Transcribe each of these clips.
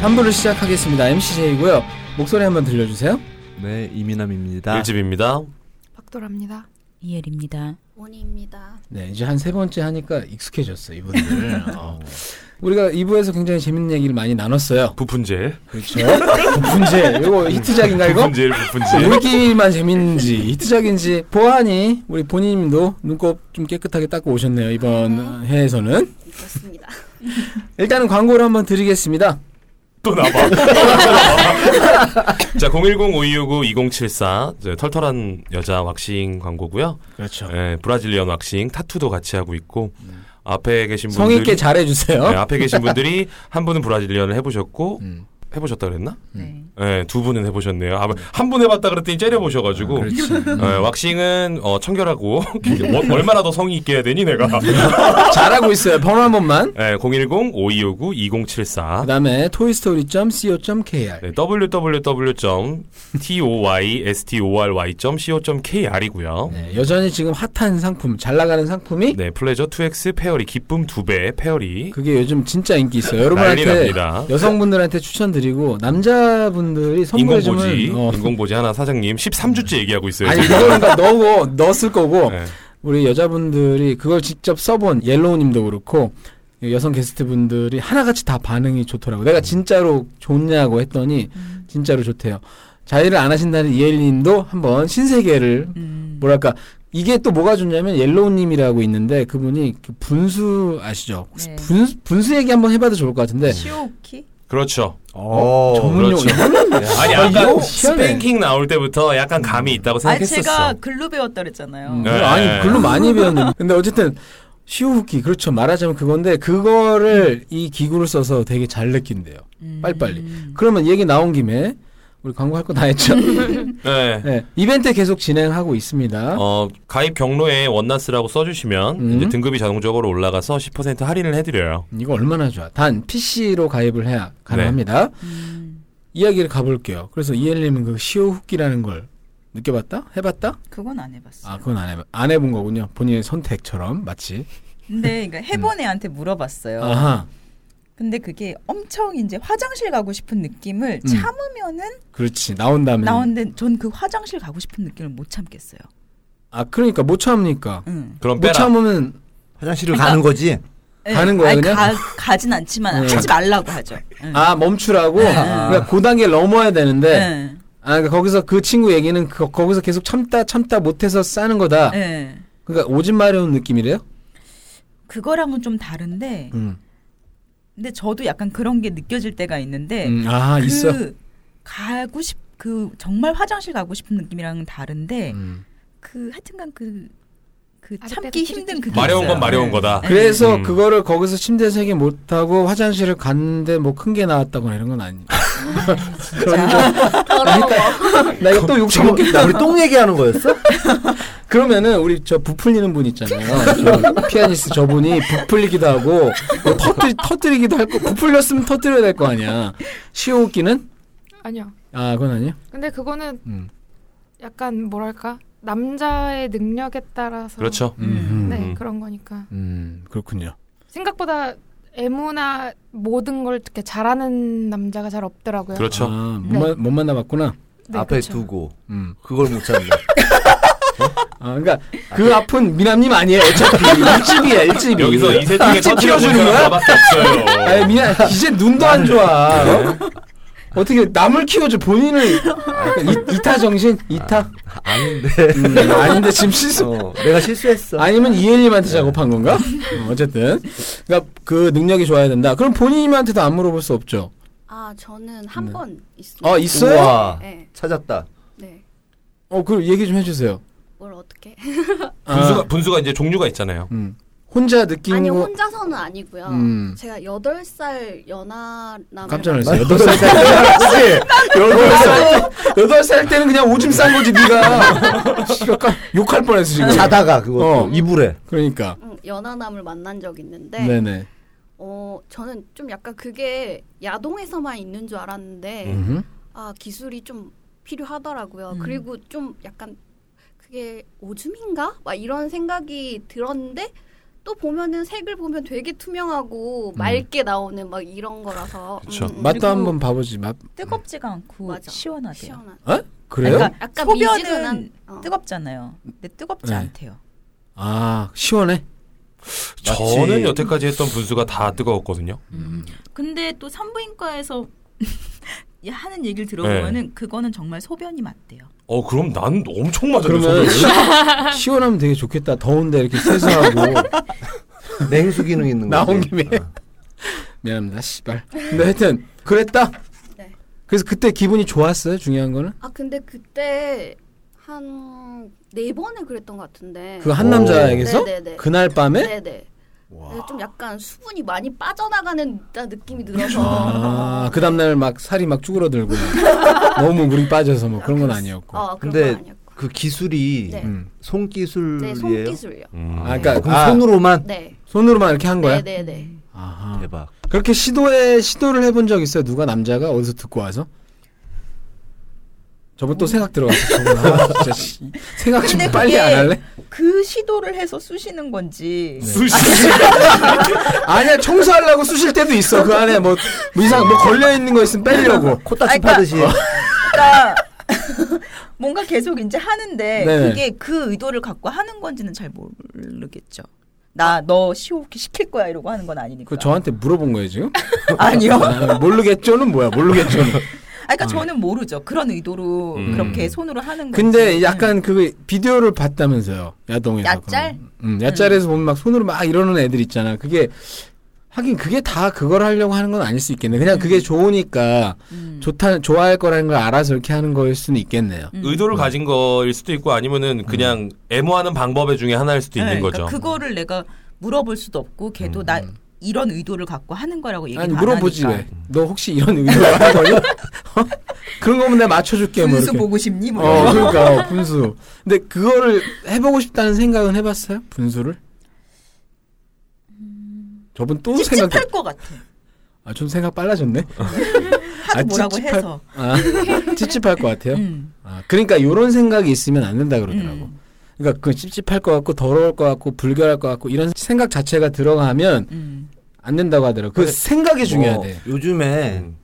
삼부를 시작하겠습니다. MCJ고요. 목소리 한번 들려주세요. 네, 이민함입니다. 일집입니다. 박도라입니다. 이엘입니다. 원희입니다. 네, 이제 한 세 번째 하니까 익숙해졌어, 이분들. 어. 우리가 2부에서 굉장히 재밌는 얘기를 많이 나눴어요. 부푼제. 그렇죠. 분재. 이거 히트작인가, 아, 이거? 부푼제, 부푼제. 우리끼리만 재밌는지, 히트작인지. 보안이, 우리 본인도 눈곱 좀 깨끗하게 닦고 오셨네요, 이번 해에서는. 아. 그렇습니다. 일단은 광고를 한번 드리겠습니다. 또 나와. 네. 자, 010-5269-2074. 이제 털털한 여자 왁싱 광고고요. 그렇죠. 예, 브라질리언 왁싱, 타투도 같이 하고 있고 앞에 계신 분들이 성의있게 잘해주세요. 예, 앞에 계신 분들이 한 분은 브라질리언을 해보셨고 음. 해보셨다 그랬나? 네. 예, 두 분은 해보셨네요. 아, 한분 해봤다 그랬더니 째려보셔가지고 음, 그렇지. 예, 왁싱은 어, 청결하고 뭐- 얼마나 더 성의 있게 해야 되니 내가. 음. 잘하고 있어요. 번호 한 번만. 예, 010-5259-2074. 그 다음에 toystory.co.kr. 네, www.toystory.co.kr이고요. 네, 여전히 지금 핫한 상품, 잘 나가는 상품이 네, 플레저 2X 페어리 기쁨 2배 페어리. 그게 요즘 진짜 인기 있어요. 난리 여러분한테 납니다. 여성분들한테 추천드리고 남자분들이 선물해 인공보지, 주면 어. 인공보지 하나 사장님 13주째 얘기하고 있어요. 네, 아니 뭐. 지금. 그걸 그러니까 넣고 넣었을 거고 네. 우리 여자분들이 그걸 직접 써본 옐로우님도 그렇고 여성 게스트분들이 하나같이 다 반응이 좋더라고. 요 내가 진짜로 좋냐고 했더니 음. 진짜로 좋대요. 자의를 안 하신다는 이엘님도 한번 신세계를 음. 뭐랄까 이게 또 뭐가 좋냐면 옐로우님이라고 있는데 그분이 그 분수 아시죠? 네. 분수, 분수 얘기 한번 해봐도 좋을 것 같은데 시오키? 아, 그렇죠. 어, 전문용 그렇죠. 이거는 뭐- 아니 아, 아까 이거 희한해. 스팽킹 나올 때부터 약간 감이 있다고 아 생각했었어. 제가 글로 배웠다 그랬잖아요. 음, 네. 아니 글로 많이 배웠는데 근데 어쨌든 시오후기 그렇죠 말하자면 그건데 그거를 이 기구를 써서 되게 잘 느낀대요 음. 빨리빨리 그러면 얘기 나온 김에 우리 광고할 거 다 했죠 네. 네, 이벤트 계속 진행하고 있습니다 어, 가입 경로에 원나스라고 써주시면 음. 이제 등급이 자동적으로 올라가서 10% 할인을 해드려요. 이거 얼마나 좋아 단 PC로 가입을 해야 가능합니다 음. 이야기를 가볼게요 그래서 이엘님은 그 시오후기라는 걸 느껴봤다? 해봤다? 그건 안 해봤어요. 아 그건 안, 해봐, 안 해본 거군요 본인의 선택처럼 마치 근데 그러니까 해본 애한테 물어봤어요. 음. 아하 근데 그게 엄청 이제 화장실 가고 싶은 느낌을 음. 참으면은 그렇지 나온다면 나오는데 전 그 화장실 가고 싶은 느낌을 못 참겠어요. 아 그러니까 못 참으니까 응. 그럼 못 빼라. 참으면 화장실을 가는 거지. 가는 거야, 예. 아니, 그냥? 가, 가진 음. 않지만 하지 말라고 하죠. 응. 아 멈추라고 그러니까 그 단계를 넘어야 되는데 응. 아 그러니까 거기서 그 친구 얘기는 그, 거기서 계속 참다 참다 못해서 싸는 거다 응. 그러니까 오줌 마려운 느낌이래요 예. 그거랑은 좀 다른데 음. 근데 저도 약간 그런 게 느껴질 때가 있는데 음, 아 그 있어 가고 싶, 그 정말 화장실 가고 싶은 느낌이랑은 다른데 음. 그 하여튼간 그, 그 아랫배가 참기 힘든 그게 마려운 있어요. 건 마려운 네. 거다. 네. 그래서 음. 그거를 거기서 침대에서 해결 못하고 화장실을 갔는데 뭐 큰 게 나왔다거나 이런 건 아니 그런 그러니까 거나 이거 또 욕심 지금 먹겠다 우리 똥 얘기하는 거였어? 그러면은 우리 저 부풀리는 분 있잖아요. 저 피아니스트 저분이 부풀리기도 하고 뭐 터뜨리, 터뜨리기도 할 거. 부풀렸으면 터뜨려야 될 거 아니야. 시오기는 아니요. 아 그건 아니야. 근데 그거는 음. 약간 뭐랄까 남자의 능력에 따라서 그렇죠. 음. 네 음. 그런 거니까 음 그렇군요. 생각보다 애무나 모든 걸 이렇게 잘하는 남자가 잘 없더라고요. 그렇죠. 아못 네. 만, 못 만나봤구나. 네, 앞에 그렇죠. 두고 음. 그걸 못 참네. 아 그러니까 그 아픈 미남님 아니에요. 어차피 일집이야 일집이. 여기서 이 세 중에 이제 터치가 키워주는 주는 아, 거야? 거밖에 아니 없어요. 미남 이제 눈도 안 좋아. 어? 어떻게 남을 키워줘 본인을 이, 이타 정신 이타 아닌데. 음, 아닌데 지금 실수 어, 내가 실수했어. 아니면 이엘님한테 작업한 건가? 어, 어쨌든 그러니까 그 능력이 좋아야 된다. 그럼 본인한테도 안 물어볼 수 없죠. 아 저는 한 번 있어요. 아 있어요? 우와, 네, 찾았다. 네. 어 그럼 얘기 좀 해주세요. 뭘 어떻게? 아, 분수가 분수가 이제 종류가 있잖아요. 음. 혼자 느낀 아니 거 혼자서는 아니고요. 음. 제가 8살 연하남 깜짝 놀랐어요. 여덟 여덟 살 살 그렇지. 여덟 살 때- 여덟 살 때는 그냥 오줌 싼 거지 네가 씨발, 깜- 욕할 뻔했어 지금. 자다가 그거 네. 어. 이불에 그러니까. 음, 연하남을 만난 적 있는데 네. 네 어 저는 좀 약간 그게 야동에서만 있는 줄 알았는데 음. 아 기술이 좀 필요하더라고요. 음. 그리고 좀 약간 그게 오줌인가? 막 이런 생각이 들었는데 또 보면은 색을 보면 되게 투명하고 맑게 나오는 막 이런 거라서 음, 그쵸. 음. 맛도 그리고 한번 봐보지. 맛 뜨겁지가 않고 맞아. 시원하대요. 시원한 그래요? 그러니까 약간 소변은 미지근한 어. 뜨겁잖아요. 근데 뜨겁지 네. 않대요. 아 시원해. 저는 마치- 여태까지 했던 분수가 다 뜨거웠거든요. 근데 또 산부인과에서 하는 얘기를 들어보면은 네. 그거는 정말 소변이 맞대요. 어 그럼 난 엄청 맞아요. 그러면 어, 저는. 시- 시원하면 되게 좋겠다. 더운데 이렇게 세수하고 냉수 기능 있는 어. 거. 나온 김에. 미안합니다. 씨발. 근데 하여튼 그랬다. 네. 그래서 그때 기분이 좋았어요. 중요한 거는 아 근데 그때 한 네 번을 그랬던 것 같은데 그 한 오. 남자에게서 네네네. 그날 밤에 네네. 와. 그래서 좀 약간 수분이 많이 빠져나가는 듯한 느낌이 들어서 아, 그 다음날 막 살이 막 쭈그러들고 너무 물이 빠져서 뭐 그런 건 아니었고. 어, 그런 근데 건 아니었고. 그 기술이 네. 음. 손기술이에요. 네, 손기술이요. 음. 아, 그러니까 그럼 아, 손으로만 네. 손으로만 이렇게 한 거야? 네, 네, 네. 아하. 대박. 그렇게 시도에 시도를 해본 적 있어요? 누가 남자가 어디서 듣고 와서? 저번 음. 또 생각 들어갔어. 저분. 아, 진짜 씨. 생각 좀 근데 빨리 그게- 안 할래? 그 시도를 해서 쑤시는 네. 건지 수시. 아, 그러니까 아니야 청소하려고 쑤실 때도 있어. 그 안에 뭐, 뭐 이상 뭐 걸려 있는 거 있으면 빼려고. 코딱지 아니, 파듯이. 그러니까 뭔가 계속 이제 하는데 네. 그게 그 의도를 갖고 하는 건지는 잘 모르겠죠. 나 너 시호흡기 시킬 거야 이러고 하는 건 아니니까. 그 저한테 물어본 거예요 지금? 아니요. 아, 모르겠죠는 뭐야? 모르겠죠는. 아, 그러니까 저는 모르죠. 그런 의도로 음. 그렇게 손으로 하는 건지. 근데 약간 그 비디오를 봤다면서요 야동에서 야짤? 그러면. 음, 야짤에서 보면 막 손으로 막 이러는 애들 있잖아 그게 하긴 그게 다 그걸 하려고 하는 건 아닐 수 있겠네 그냥 그게 좋으니까 음. 좋다 좋아할 거라는 걸 알아서 이렇게 하는 거일 수는 있겠네요 음. 의도를 가진 거일 수도 있고 아니면은 그냥 음. 애모하는 방법의 중에 하나일 수도 있는 네, 거죠. 그러니까 그거를 내가 물어볼 수도 없고 걔도 나 이런 의도를 갖고 하는 거라고 얘기 음. 안 아니 하니까. 물어보지 왜 너 혹시 이런 의도를 하는 거니? 어? 그런 거면 내가 맞춰줄게 뭐 분수 이렇게 보고 싶니? 뭐 어 그러니까 어, 분수 근데 그거를 해보고 싶다는 생각은 해봤어요 분수를 저분 또 생각 음. 찝찝할 것 같아. 아, 좀 생각 빨라졌네. 하도 뭐라고 찝찝할- 해서. 아, 찝찝할 것 같아요. 음. 아, 그러니까 요런 생각이 있으면 안 된다 그러더라고. 음. 그러니까 그 찝찝할 것 같고 더러울 것 같고 불결할 것 같고 이런 생각 자체가 들어가면 음. 안 된다고 하더라고. 그 근데 생각이 중요하대. 뭐, 요즘에 음.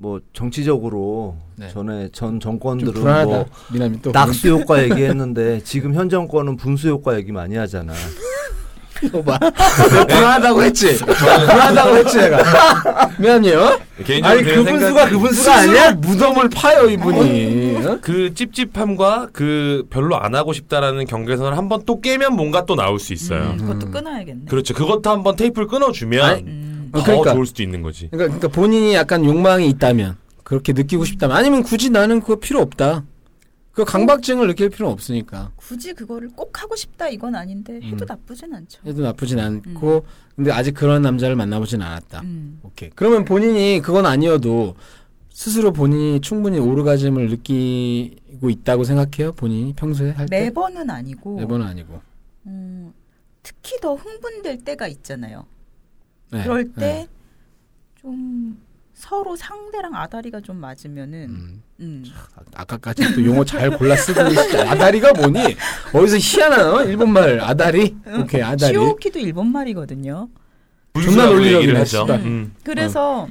뭐 정치적으로 네. 전에 좀전 정권들은 불안하다. 뭐 미남이 또 낙수 효과 얘기했는데 지금 현 정권은 분수 효과 얘기 많이 하잖아. 이거 봐. 내가 불안하다고 했지. 불안하다고 했지 내가. 미안해요. 개인적으로 아니 제 그 생각은 분수가 그 분수가 아니야? 무덤을 파요 이분이. 어? 그 찝찝함과 그 별로 안 하고 싶다라는 경계선을 한번 또 깨면 뭔가 또 나올 수 있어요. 음, 그것도 끊어야겠네. 그렇죠. 그것도 한번 테이프를 끊어주면 아니, 음. 더 어, 그러니까. 좋을 수도 있는 거지. 그러니까, 그러니까 본인이 약간 욕망이 있다면 그렇게 느끼고 싶다면 아니면 굳이 나는 그거 필요 없다. 그 강박증을 느낄 필요는 없으니까 굳이 그거를 꼭 하고 싶다 이건 아닌데 해도 음. 나쁘진 않죠. 해도 나쁘진 않고 근데 아직 그런 남자를 만나보진 않았다. 음. 오케이. 그러면 본인이 그건 아니어도 스스로 본인이 충분히 오르가즘을 느끼고 있다고 생각해요. 본인이 평소에 할 때. 네, 뭐. 매번은 아니고 매번은 아니고. 음, 특히 더 흥분될 때가 있잖아요. 네. 그럴 때 네. 좀 서로 상대랑 아다리가 좀 맞으면은 음, 음. 아까까지 또 용어 잘 골라 쓰더니 진짜 아다리가 뭐니? 어디서 희한한 어? 일본말 아다리? 오케이 아다리. 시오키도 일본 말이거든요. 존나 분수라고 논리적이네, 얘기를 하죠. 진짜. 음. 그래서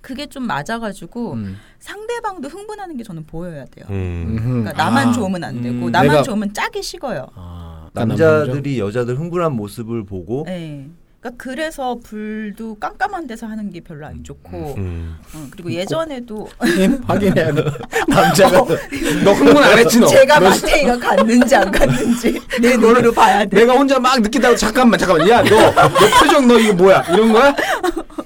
그게 좀 맞아가지고 어. 음. 상대방도 흥분하는 게 저는 보여야 돼요. 음. 음흠. 그러니까 나만 아. 좋으면 안 되고 음, 나만 내가- 좋으면 짜기 식어요. 아, 어? 남자들이 여자들 흥분한 모습을 보고 네. 그러니까 그래서 불도 깜깜한 데서 하는 게 별로 안 좋고 음. 어, 그리고 예전에도 음, 확인, 확인해야 돼. 남자가 너 흥분 안 했지 너. 제가 너 마태이가 갔는지 안 갔는지 내 눈으로 봐야 돼. 내가 혼자 막 느낀다고 잠깐만 잠깐만 야 너 너 표정 너 이거 뭐야 이런 거야?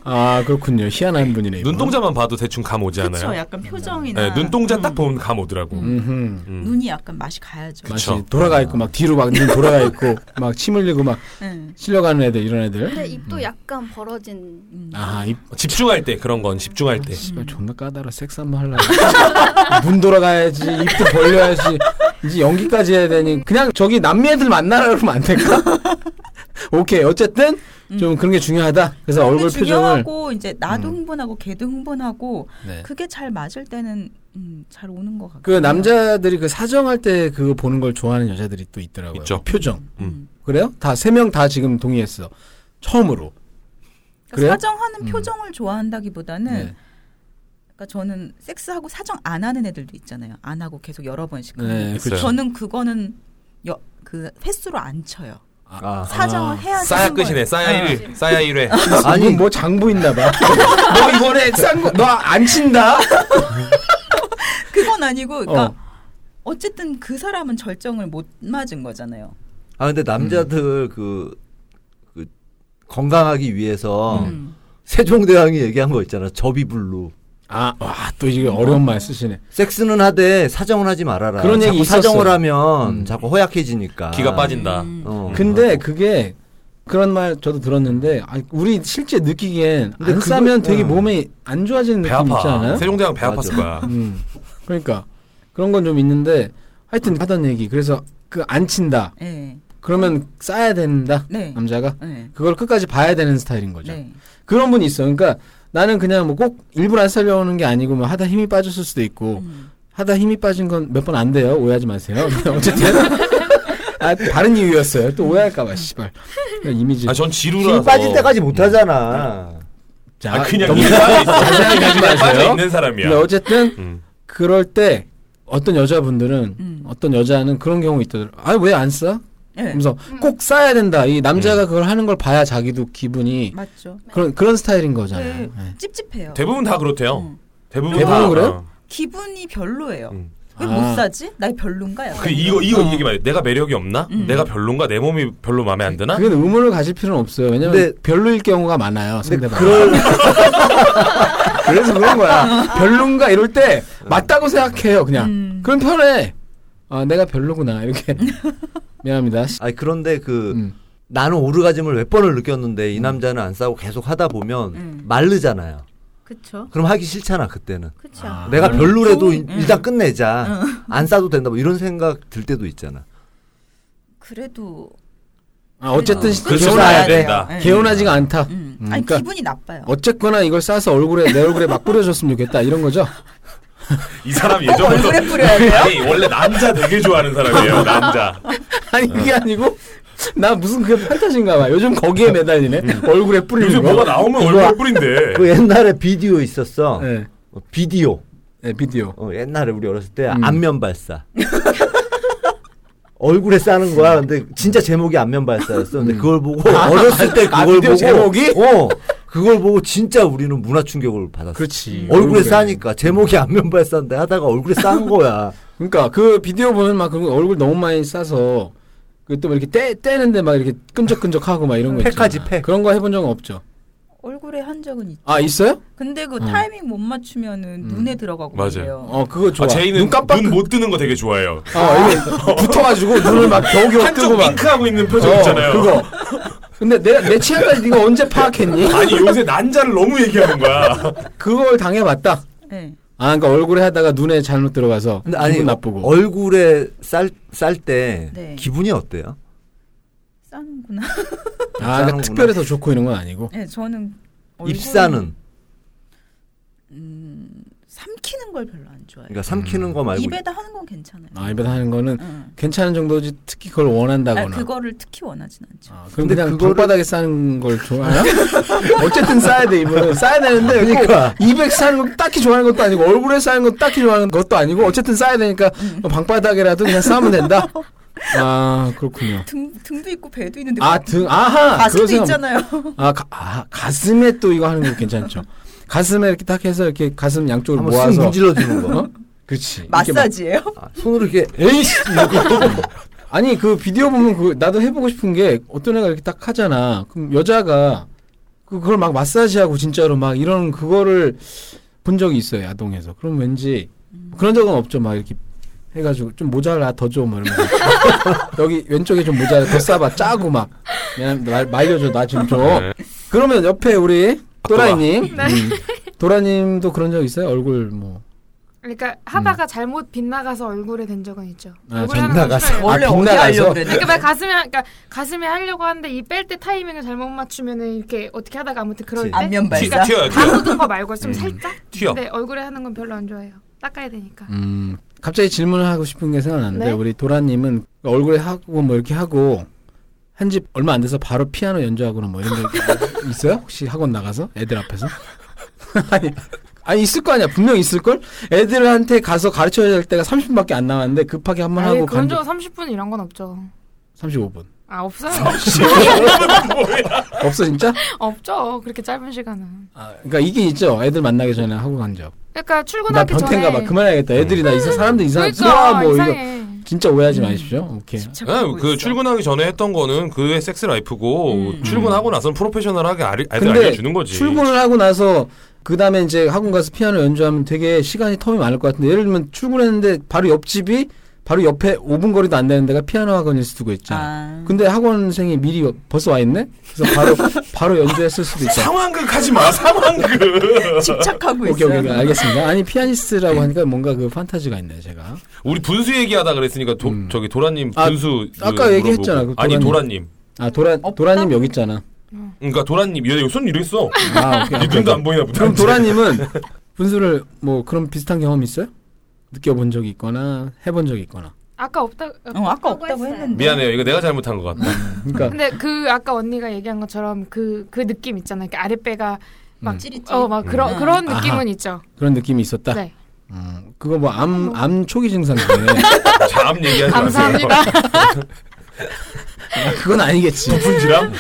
아 그렇군요 희한한 분이네 이분. 눈동자만 봐도 대충 감 오지 않아요? 그렇죠. 음. 약간 표정이나 네, 눈동자 음, 딱 보면 감 오더라고. 음흠. 음. 눈이 약간 맛이 가야죠. 그쵸. 마치 돌아가 있고 막 뒤로 막 눈 돌아가 있고 막 침 흘리고 막 네. 실려가는 애들 이런 애들 근데 입도 약간 벌어진 음. 아 입, 집중할 때 그런 건 집중할 때. 씨발 존나 까다로 섹스 한번 하려고 눈 돌아가야지 입도 벌려야지 이제 연기까지 해야 되니 그냥 저기 남미 애들 만나라 그러면 안 될까? 오케이 어쨌든 좀 그런 게 중요하다 그래서 음. 근데 얼굴 표정을 중요하고 이제 나도 음. 흥분하고 걔도 흥분하고 네. 그게 잘 맞을 때는 음, 잘 오는 것 같아요. 그 남자들이 그 사정할 때 그거 보는 걸 좋아하는 여자들이 또 있더라고요. 있죠. 표정. 음. 그래요? 다 세 명 다 지금 동의했어. 처음으로. 그러니까 그래요? 사정하는 음. 표정을 좋아한다기보다는 네. 그러니까 저는 섹스하고 사정 안 하는 애들도 있잖아요. 안 하고 계속 여러 번씩. 네, 하는. 그렇죠. 저는 그거는 여, 그 횟수로 안 쳐요. 아. 사정을 해야 싸야 되는 거예요. 아, 끝이네. 싸야 1일. 싸야 1회. 아니 뭐 장부 있나 봐. 너 이번에 싼거 너 안 친다. 그건 아니고 어. 그러니까 어. 쨌든그 사람은 절정을 못 맞은 거잖아요. 아 근데 남자들 그, 그 건강하기 어. 위해서 음. 세종대왕이 얘기한 거 있잖아. 저비불루. 아와또 이게 어려운 말 쓰시네. 섹스는 하되 사정을 하지 말아라. 그런 얘기 자꾸 있었어요. 사정을 하면 음. 자꾸 허약해지니까. 기가 빠진다. 음. 어. 근데 그게 그런 말 저도 들었는데 아니, 우리 실제 느끼기엔 근데 안 그거- 싸면 되게 어. 몸이 안 좋아지는 배 느낌 있지 아파. 않아요? 세종대왕 배 맞아. 아팠을 거야. 음. 그러니까 그런 건 좀 있는데 하여튼 하던 얘기 그래서 그 안 친다 네. 그러면 싸야 된다 네. 남자가 네. 그걸 끝까지 봐야 되는 스타일인 거죠 네. 그런 분이 있어 그러니까 나는 그냥 뭐 꼭 일부러 안 살려오는 게 아니고 뭐 하다 힘이 빠졌을 수도 있고 음. 하다 힘이 빠진 건 몇 번 안 돼요 오해하지 마세요 어쨌든 아 다른 이유였어요 또 오해할까봐 씨발 그냥 이미지 아, 전 지루라서. 힘 빠질 때까지 못 하잖아. 자, 아, 그냥 너무 있는 사람이 있어. 자세하게 하지 그냥 빠져 마세요 네. 있는 사람이야. 근데 어쨌든 음. 그럴 때 어떤 여자분들은 음. 어떤 여자는 그런 경우 있더라고. 아왜 안 싸? 네. 그러면서 꼭 싸야 된다. 이 음. 남자가 그걸 하는 걸 봐야 자기도 기분이 맞죠. 그런 그런 스타일인 거잖아요. 네. 네. 찝찝해요. 대부분 다 그렇대요. 음. 대부분, 대부분 다. 어. 그래요? 기분이 별로예요. 음. 왜 못 아. 사지? 나 별론가? 어. 약간 그 이거 이거 어. 얘기 말해. 내가 매력이 없나? 음. 내가 별론가? 내 몸이 별로 마음에 안 드나? 그건 의문을 가질 필요는 없어요. 왜냐면 근데- 별로일 경우가 많아요. 근데 상대방. 그럴 그래서 그런 거야. 별론가 이럴 때 어. 맞다고 생각해요. 그냥 음. 그럼 편해. 아 내가 별로구나 이렇게 미안합니다. 아니 그런데 그 음. 나는 오르가즘을 몇 번을 느꼈는데 이 남자는 안 싸고 계속 하다 보면 음. 마르잖아요. 그쵸. 그럼 하기 싫잖아 그때는. 그쵸. 아. 내가 별로래도 음. 일- 일단 끝내자. 안 싸도 된다 뭐 이런 생각 들 때도 있잖아. 그래도 아 어쨌든 그래도 그래서 싸야 개운하, 싸야 돼요. 된다. 네. 개운하지가 않다. 음. 음, 아니 그러니까- 기분이 나빠요. 어쨌거나 이걸 싸서 얼굴에 내 얼굴에 막 뿌려줬으면 좋겠다 이런 거죠. 이 사람 예전부터 얼굴에 뿌려야 돼요? 아니, 원래 남자 되게 좋아하는 사람이에요. 남자. 아니 어. 그게 아니고 나 무슨 그게 판타지인가 봐. 요즘 거기에 매달리네. 얼굴에 뿌리는 음. 요즘 거. 뭐가 나오면 그거- 얼굴 뿌린대. 그 옛날에 비디오 있었어. 네. 어, 비디오. 네, 비디오. 어, 옛날에 우리 어렸을 때 음. 안면 발사. 얼굴에 싸는 거야. 근데 진짜 제목이 안면 발사였어. 근데 그걸 보고 어렸을 때 음. 아, 그걸 비디오 보고 제목이? 어 그걸 보고 진짜 우리는 문화 충격을 받았어. 그렇지. 얼굴에 싸니까 제목이 안면 발사인데 하다가 얼굴에 싼 거야. 그러니까 그 비디오 보면 막 그런 거 얼굴 너무 많이 싸서 그또막 뭐 이렇게 떼 떼는데 막 이렇게 끈적끈적하고 막 이런 거. 패까지 있잖아. 패. 그런 거 해본 적은 없죠. 얼굴에 한 적은 있죠. 아 있어요? 근데 그 음. 타이밍 못 맞추면은 눈에 들어가고 맞아요. 그래요. 어 그거 좋아. 아, 제이는 눈 깜빡. 눈 못 뜨는 거 되게 좋아해요. 아 이거 붙어가지고 눈을 막 겨우겨우 뜨고 한쪽 막. 윙크하고 있는 표정 있잖아요. 어, 그거. 근데 내, 내 취향까지 네가 언제 파악했니? 아니 요새 난자를 너무 얘기하는 거야. 그걸 당해봤다. 네. 아, 그러니까 얼굴에 하다가 눈에 잘못 들어가서 근데 아니 기분 나쁘고. 얼굴에 쌀쌀 때 네. 기분이 어때요? 싸는구나. 아, 그러니까 짜는구나. 특별히 더 좋고 이런 건 아니고. 네, 저는 얼굴은, 입사는 음, 삼키는 걸 별로 안 좋아해요. 그러니까 삼키는 음. 거 말고 입에다 하는 건 괜찮아요. 아, 입에다 하는 거는 응. 괜찮은 정도지 특히 그걸 아, 원한다거나. 그거를 특히 원하진 않죠. 아, 그럼 근데 그냥 그거를- 방바닥에 싸는 걸 좋아해요? 어쨌든 싸야 돼, 입은. 싸야 되는데, 그러니까. 꼭 입에 싸는 건 딱히 좋아하는 것도 음. 아니고, 얼굴에 싸는 건 딱히 좋아하는 것도 아니고, 어쨌든 싸야 되니까, 방바닥이라도 그냥 싸면 된다. 아 그렇군요. 등 등도 있고 배도 있는데 뭐 아 등 아하 그거 가슴도 생각- 있잖아요. 아, 가, 아, 가슴에 또 이거 하는 거 괜찮죠. 가슴에 이렇게 딱 해서 이렇게 가슴 양쪽을 한번 쓱 모아서 문질러 주는 거. 어? 그렇지. 이렇게 막- 마사지예요? 아, 손으로 이렇게 에이씨 이러고. 아니 그 비디오 보면 그 나도 해보고 싶은 게 어떤 애가 이렇게 딱 하잖아 그럼 여자가 그- 그걸 막 마사지하고 진짜로 막 이런 그거를 본 적이 있어요 야동에서 그럼 왠지 그런 적은 없죠 막 이렇게 해가지고 좀 모자라 더줘막 뭐 이러면서 여기 왼쪽에 좀 모자라 더 싸봐 짜고 막 미안합니다 말, 말려줘 나 좀 줘 네. 그러면 옆에 우리 또라이님 음. 도라님도 그런 적 있어요 얼굴 뭐 그러니까 음. 하다가 잘못 빗나가서 얼굴에 된 적은 있죠. 네, 아, 얼굴에 하는 빗나가서. 건 싫어요. 아, 원래 어디 빗나가서? 하려고 그랬는데 그러니까 막 가슴에 그러니까 가슴에 하려고 하는데 이 뺄 때 타이밍을 잘못 맞추면은 이렇게 어떻게 하다가 아무튼 그럴 그치. 때 안면 튀, 발사. 튀어요 튀어 아무도 거 말고 좀 음. 살짝. 튀어 근데 얼굴에 하는 건 별로 안 좋아해요. 닦아야 되니까. 음, 갑자기 질문을 하고 싶은 게 생각나는데 네? 우리 도라님은 얼굴에 하고 뭐 이렇게 하고 한 집 얼마 안 돼서 바로 피아노 연주하거나 뭐 이런 거 있어요? 혹시 학원 나가서 애들 앞에서? 아니, 아니 있을 거 아니야 분명 있을 걸? 애들한테 가서 가르쳐야 될 때가 30분밖에 안 남았는데 급하게 한 번 아니 하고 그런 간 적 적... 30분 이런 건 없죠. 35분 아 없어요. 없어 진짜? 없죠. 그렇게 짧은 시간은. 아, 그러니까 이게 있죠 애들 만나기 전에 하고 간적나 그러니까 출근하기 전에. 변태인가 봐 그만해야겠다 애들이 나 이상 사람들 이상 그러니까 뭐 이거 이상해. 음. 진짜 오해하지 마십시오 오케이 네, 그 출근하기 전에 했던 거는 그의 섹스 라이프고 음. 출근하고 나서는 프로페셔널하게 아리, 애들 근데 알려주는 거지. 출근을 하고 나서 그 다음에 이제 학원 가서 피아노 연주하면 되게 시간이 텀이 많을 것 같은데 예를 들면 출근했는데 바로 옆집이 바로 옆에 5분 거리도 안 되는 데가 피아노 학원일 수도 있잖아. 아. 근데 학원생이 미리 벌써 와 있네? 그래서 바로 바로 연주했을 수도 있잖아. 상황극 하지 마 상황극. 집착하고 오케이 있어요. 오케이 네. 오케이. 알겠습니다. 아니 피아니스트라고 하니까 뭔가 그 판타지가 있네요 제가. 우리 분수 얘기하다 그랬으니까 도, 음. 저기 도라님 아, 분수 그 아까 물어보고. 얘기했잖아, 그 아니 도라님. 도라님. 아 도라 도라님 여기 있잖아. 그러니까 도라님 얘 손 이래 있어. 아 오케이. 네 눈도 안 보이나 보다. 그럼 도라님은 분수를 뭐 그런 비슷한 경험 있어요? 느껴본 적이 있거나 해본 적이 있거나. 아까 없다. 어, 아까 없다고 했는데. 미안해요. 이거 내가 잘못한 것 같다. 그러니까 근데 그 아까 언니가 얘기한 것처럼 그 그 느낌 있잖아요. 이렇게 아랫배가 음. 찌릿찌릿. 어 막 그런 음. 그런 아하. 느낌은 있죠. 그런 느낌이 있었다. 네. 어. 음, 그거 뭐 암 암 초기 증상이네. 자암 얘기하지 마세요. 감사합니다. 아, 그건 아니겠지. 분지람?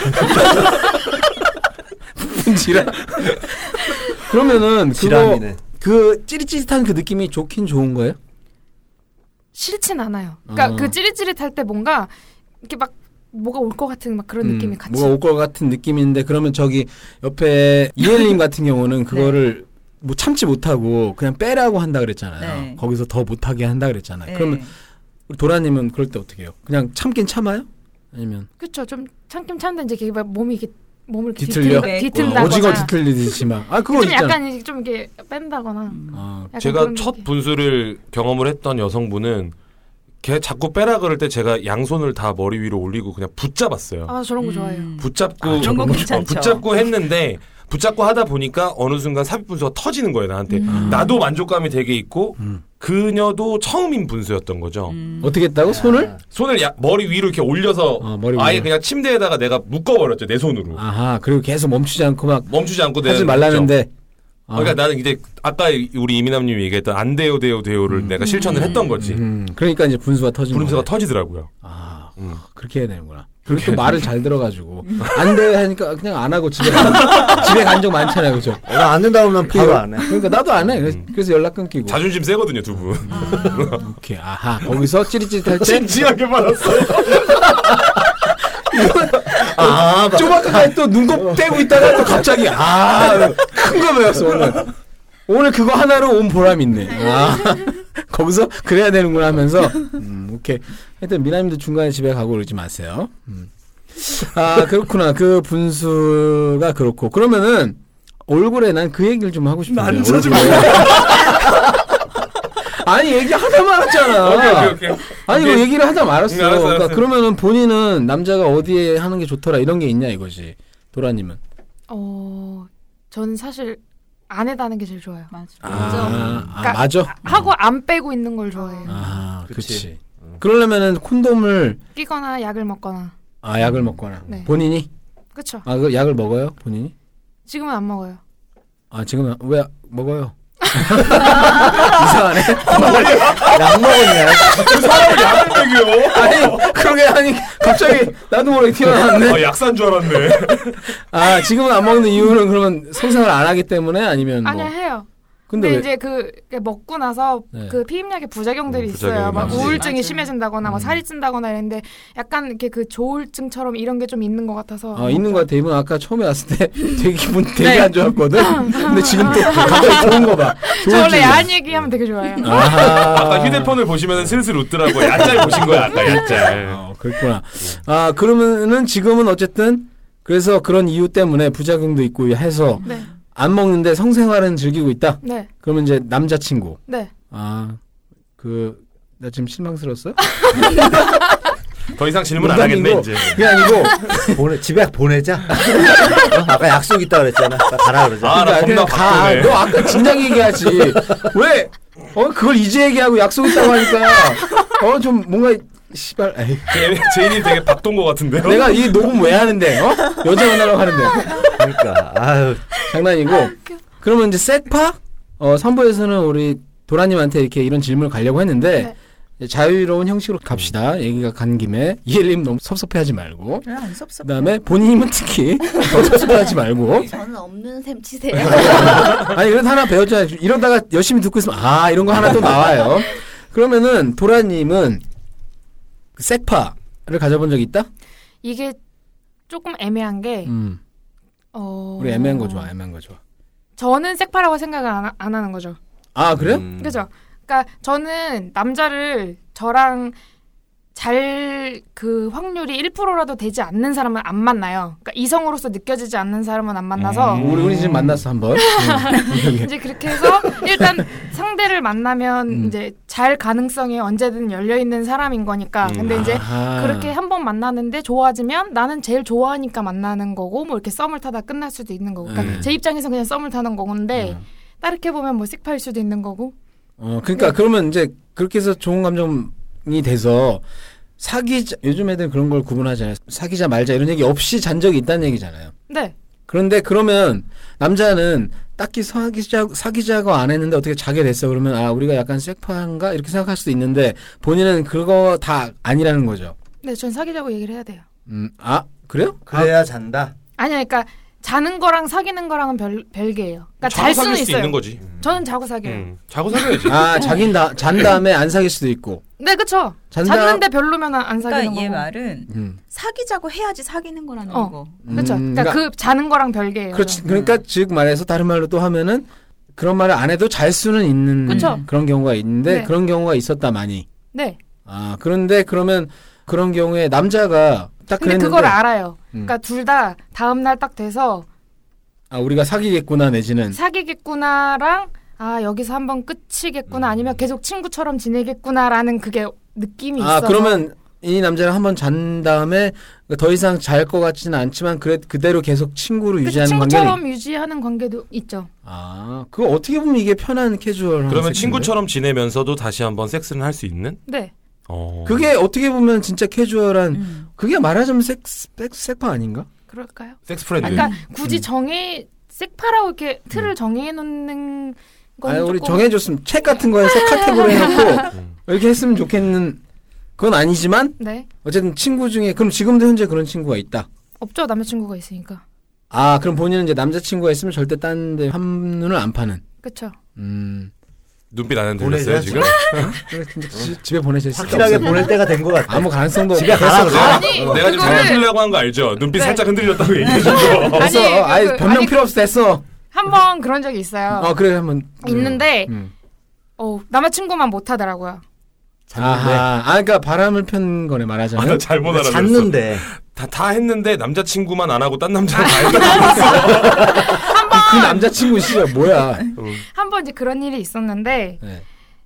분지라. 그러면은 그거 지람이네. 그 찌릿찌릿한 그 느낌이 좋긴 좋은 거예요? 싫진 않아요. 그러니까 아. 그 찌릿찌릿할 때 뭔가 이렇게 막 뭐가 올 것 같은 막 그런 느낌이 같이. 음, 뭐가 올 것 같은 느낌인데 그러면 저기 옆에 이엘님 같은 네. 경우는 그거를 뭐 참지 못하고 그냥 빼라고 한다 그랬잖아요. 네. 거기서 더 못하게 한다 그랬잖아요. 네. 그러면 우리 도라님은 그럴 때 어떻게 해요? 그냥 참긴 참아요? 아니면 그렇죠. 좀 참긴 참는데 이제 이게 막 몸이 이렇게 몸을 이렇게 뒤틀려? 어, 뒤틀다- 네. 뒤틀다거나 오징어 뒤틀리듯이 막. 아 그거 좀 있잖아. 약간 이제 좀 이렇게 뺀다거나. 아, 약간 제가 그런 첫 느낌. 분수를 경험을 했던 여성분은 걔 자꾸 빼라 그럴 때 제가 양손을 다 머리 위로 올리고 그냥 붙잡았어요. 아 저런 거 좋아해요. 붙잡고 어, 아, 그런 거 괜찮죠. 붙잡고 했는데 붙잡고 하다 보니까 어느 순간 삽입 분수가 터지는 거예요 나한테 나도 만족감이 되게 있고 음. 그녀도 처음인 분수였던 거죠 어떻게 했다고 손을? 손을 야- 머리 위로 이렇게 올려서 어, 머리 아예 위로. 그냥 침대에다가 내가 묶어버렸죠 내 손으로 아하 그리고 계속 멈추지 않고 막 멈추지 않고 하지 내가 말라는데 아, 그랬죠. 그러니까 나는 이제 아까 우리 이민남님이 얘기했던 안 돼요 돼요 돼요를 내가 실천을 했던 거지 음, 그러니까 이제 분수가 터진 분수가 거네. 터지더라고요 아 음. 그렇게 해야 되는구나 그리고 또 말을 잘 들어가지고 안 돼 하니까 그냥 안 하고 집에 간, 집에 간 적 많잖아요 그죠 어, 나안 된다고 하면 바로 안 해. 그러니까 나도 안해 그래서, 그래서 연락 끊기고 음. 자존심 세거든요 두분 음. 오케이 아하 거기서 찌릿찌릿할 때 진지하게 받았어 아, 막- 쪼박하게 또 어. 눈곱 떼고 있다가 또 갑자기 아, 아큰거 배웠어 오늘 오늘 그거 하나로 온 보람 있네 아 거기서 그래야 되는구나 하면서 음 오케이 하여튼 미나님도 중간에 집에 가고 그러지 마세요 음. 아 그렇구나 그 분수가 그렇고 그러면은 얼굴에 난 그 얘기를 좀 하고 싶은데 만져지 얼굴에. 아니 얘기 하다 말았잖아 오케이 오케이 오케이 아니 오케이. 이거 얘기를 하다 말았어. 응, 알았어, 그러니까 알았어. 그러면은 본인은 남자가 어디에 하는 게 좋더라 이런 게 있냐 이거지. 도라님은. 어 저는 사실 안 해다는 게 제일 좋아요. 맞아. 아, 아 그러니까- 맞아. 하고 안 빼고 있는 걸 좋아해요. 아 그렇지. 그치. 그러려면은 콘돔을 끼거나 약을 먹거나. 아 약을 먹거나 네. 본인이 아, 그렇죠. 아그 약을 먹어요 본인이? 지금은 안 먹어요. 아 지금 은왜 먹어요? 이상하네. 약 먹었냐? 아니 그러게 아니 갑자기 나도 모르게 튀어나왔네. 아, 약산 줄 알았네. 아 지금은 안 먹는 이유는 그러면 성생을 안 하기 때문에 아니면 뭐. 아니야 해요. 근데 근데, 왜? 이제 그 먹고 나서 네. 그 피임약의 부작용들이 음, 있어요. 부작용이 막 많지. 우울증이 맞아요. 심해진다거나 막 살이 찐다거나 이런데 약간 이렇게 그 조울증처럼 이런 게 좀 있는 것 같아서. 아 있는 것 같아. 이분 아까 처음에 왔을 때 되게 기분 되게 네. 안 좋았거든. 근데 지금 또 갑자기 좋은 거 봐. 저 좋은 원래 쪽이야. 음. 야한 얘기하면 되게 좋아해요. 아하. 아까 휴대폰을 보시면 슬슬 웃더라고. 야짤 보신 거야, 아까 야짤. 어, 그랬구나. 아 그러면은 지금은 어쨌든 그래서 그런 이유 때문에 부작용도 있고 해서 네, 안 먹는데 성생활은 즐기고 있다. 네, 그러면 이제 남자친구. 네. 아그 나 지금 실망스러웠어? 더 이상 질문 안 농담이고. 하겠네, 이제. 그게 아니고 보내 집에 보내자. 어? 아까 약속 있다 그랬잖아. 나 가라 그러자. 아, 나 겁나 그러니까 그냥 가. 바쁘네. 너 아까 진작 얘기하지. 왜? 어 그걸 이제 얘기하고 약속 있다고 하니까 어 좀 뭔가 씨발 에이. 제- 제인님 되게 바쁜 거 같은데요? 내가 이 녹음 왜 하는데? 어? 여자 만나러 가는데. 그러니까 아유 장난이고. 그러면 이제 세파? 어, 3부에서는 우리 도라님한테 이렇게 이런 질문을 가려고 했는데 이제 자유로운 형식으로 갑시다. 얘기가 간 김에 이엘님 너무 섭섭해하지 말고. 아, 안 섭섭해. 그다음에 본인은 특히 더 섭섭해하지 말고. 저는 없는 셈 치세요. 아니 이런 거 하나 배웠잖아요. 이러다가 열심히 듣고 있으면 아 이런 거 하나 또 나와요. 그러면은 도라님은 그 세파를 가져본 적 있다? 이게 조금 애매한 게 음, 어. 우리 애매한 거 좋아, 애매한 거 좋아. 저는 섹파라고 생각을 안, 안 하는 거죠. 아 그래? 요 음. 그죠? 그러니까 저는 남자를 저랑 잘 그 확률이 1%라도 되지 않는 사람은 안 만나요. 그러니까 이성으로서 느껴지지 않는 사람은 안 만나서 음. 우리 우리 지금 만났어 한번. 음. 이제 그렇게 해서 일단 상대를 만나면 음. 이제 잘 가능성이 언제든 열려 있는 사람인 거니까. 음. 근데 이제 아하. 그렇게 한 번 만나는데 좋아지면 나는 제일 좋아하니까 만나는 거고 뭐 이렇게 썸을 타다 끝날 수도 있는 거고. 그러니까 음. 제 입장에서 그냥 썸을 타는 거건데 음. 따르게 보면 뭐 섹파일 수도 있는 거고. 어 그러니까 네. 그러면 이제 그렇게 해서 좋은 감정이 돼서 사귀자 요즘 애들 그런 걸 구분하잖아요. 사귀자 말자 이런 얘기 없이 잔 적이 있다는 얘기잖아요. 네. 그런데 그러면 남자는 딱히 사귀자, 사귀자고 안 했는데 어떻게 자게 됐어. 그러면 아, 우리가 약간 섹파한가? 이렇게 생각할 수도 있는데 본인은 그거 다 아니라는 거죠. 네, 전 사귀자고 얘기를 해야 돼요. 음, 아, 그래요? 그래야 잔다. 아니요, 그러니까 자는 거랑 사귀는 거랑은 별 별개예요. 그러니까 자고 사귈 잘 수는 수도 있어요. 있는 거지. 저는 자고 사귀어요. 음. 자고 사귀어야지. 아, 자긴 다, 잔 다음에 안 사귈 수도 있고. 네, 그렇죠. 잔다. 잤는데 별로면 안 사귀는 그러니까 얘 거고. 말은 음. 사귀자고 해야지 사귀는 거라는 어. 거. 그렇죠. 음, 그러니까 그 자는 거랑 별개예요. 음. 그렇지. 그러니까 즉 말해서 다른 말로 또 하면은 그런 말을 안 해도 잘 수는 있는 그쵸. 그런 경우가 있는데 네. 그런 경우가 있었다 많이. 네. 아, 그런데 그러면 그런 경우에 남자가 딱 근데 그랬는데 그걸 알아요. 음. 그러니까 둘 다 다음 날 딱 돼서 아, 우리가 사귀겠구나 내지는 사귀겠구나랑 아 여기서 한번 끝이겠구나 음. 아니면 계속 친구처럼 지내겠구나라는 그게 느낌이 아 있어서. 그러면 이 남자랑 한번 잔 다음에 더 이상 잘 것 같지는 않지만 그래 그대로 계속 친구로 그쵸, 유지하는 관계는 친구처럼 유지하는 관계도 있죠. 아 그거 어떻게 보면 이게 편한 캐주얼 그러면 친구처럼 지내면서도 다시 한번 섹스는 할 수 있는? 네. 어. 그게 어떻게 보면 진짜 캐주얼한 음. 그게 말하자면 섹스 섹- 섹파 아닌가? 그럴까요? 섹스 프렌드. 아, 그러니까 네. 굳이 음. 정해 색파라고 이렇게 틀을 정해 놓는 건 아니 우리 조금 정해줬으면 책 같은 거에서 카테고리 해놓고 음. 이렇게 했으면 좋겠는 그건 아니지만 네 어쨌든 친구 중에 그럼 지금도 현재 그런 친구가 있다. 없죠 남자친구가 있으니까 아 그럼 본인은 이제 남자친구가 있으면 절대 딴데 한눈을 안 파는. 그렇죠. 음. 눈빛 안 흔들렸어요 보내줘야지. 지금? 그래, 근데 지- 집에 보내실 수 확실하게 없어요. 보낼 때가 된 것 같아. 아무 가능성도 집에 없어. 가라 그래. 아니 내가 지금 장난치려고 한 거 알죠? 눈빛 네. 살짝 흔들렸다고 음. 얘기해준 거. 아니, 없어. 그- 아니 그- 변명 아니, 필요 없어 됐어. 한번 그런 적이 있어요. 어 그래 한번 있는데 음. 어, 남자친구만 못 하더라고요. 아하. 아 그러니까 바람을 편 거네 아, 나 말하자면. 잘못 알아들었어. 잤는데 다, 다 했는데 남자친구만 안 하고 딴 남자랑 다 했다. 그 남자친구 씨가 뭐야? 아. 한 번 이제 그런 일이 있었는데 네.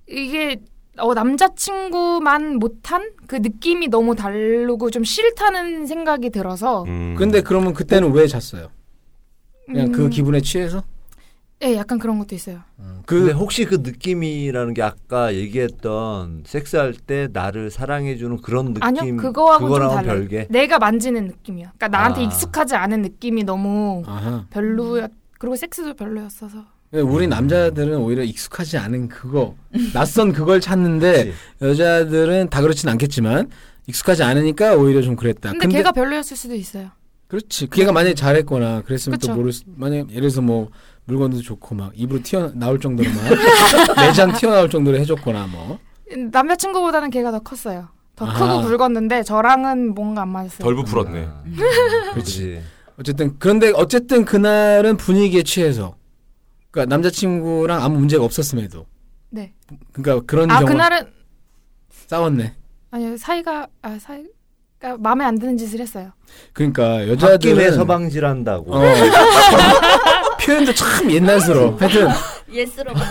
이게 어, 남자친구만 못한 그 느낌이 너무 다르고 좀 싫다는 생각이 들어서 음. 근데 그러면 그때는 왜 잤어요? 그냥 그 음, 기분에 취해서? 예, 약간 그런 것도 있어요. 근데 그 혹시 그 느낌이라는 게 아까 얘기했던 섹스할 때 나를 사랑해주는 그런 느낌 아니요, 그거하고 좀 그거랑은 달라요. 별개 내가 만지는 느낌이야. 그러니까 나한테 아. 익숙하지 않은 느낌이 너무 아하. 별로였. 그리고 섹스도 별로였어서. 그러니까 우리 남자들은 오히려 익숙하지 않은 그거 낯선 그걸 찾는데 여자들은 다 그렇진 않겠지만 익숙하지 않으니까 오히려 좀 그랬다. 근데, 걔가 별로였을 수도 있어요. 그렇지. 걔가 만약에 잘했거나 그랬으면 또 음. 그쵸. 모를 수, 만약 예를 들어서 뭐 물건도 좋고 막 입으로 튀어 나올 정도로만 매장 튀어나올 정도로 해줬거나 뭐 남자친구보다는 걔가 더 컸어요. 더 아하. 크고 굵었는데 저랑은 뭔가 안 맞았어요. 덜 부풀었네. 음, 그렇지. 어쨌든 그런데 어쨌든 그날은 분위기에 취해서 그러니까 남자친구랑 아무 문제가 없었음에도 네. 그러니까 그런 아 경우 그날은 싸웠네. 아니 사이가 아 사이가 마음에 안 드는 짓을 했어요. 그러니까 아, 홧김에 여자들은 서방질한다고. 어. 표현도 참 옛날스러워. 하여튼 예스럽네요.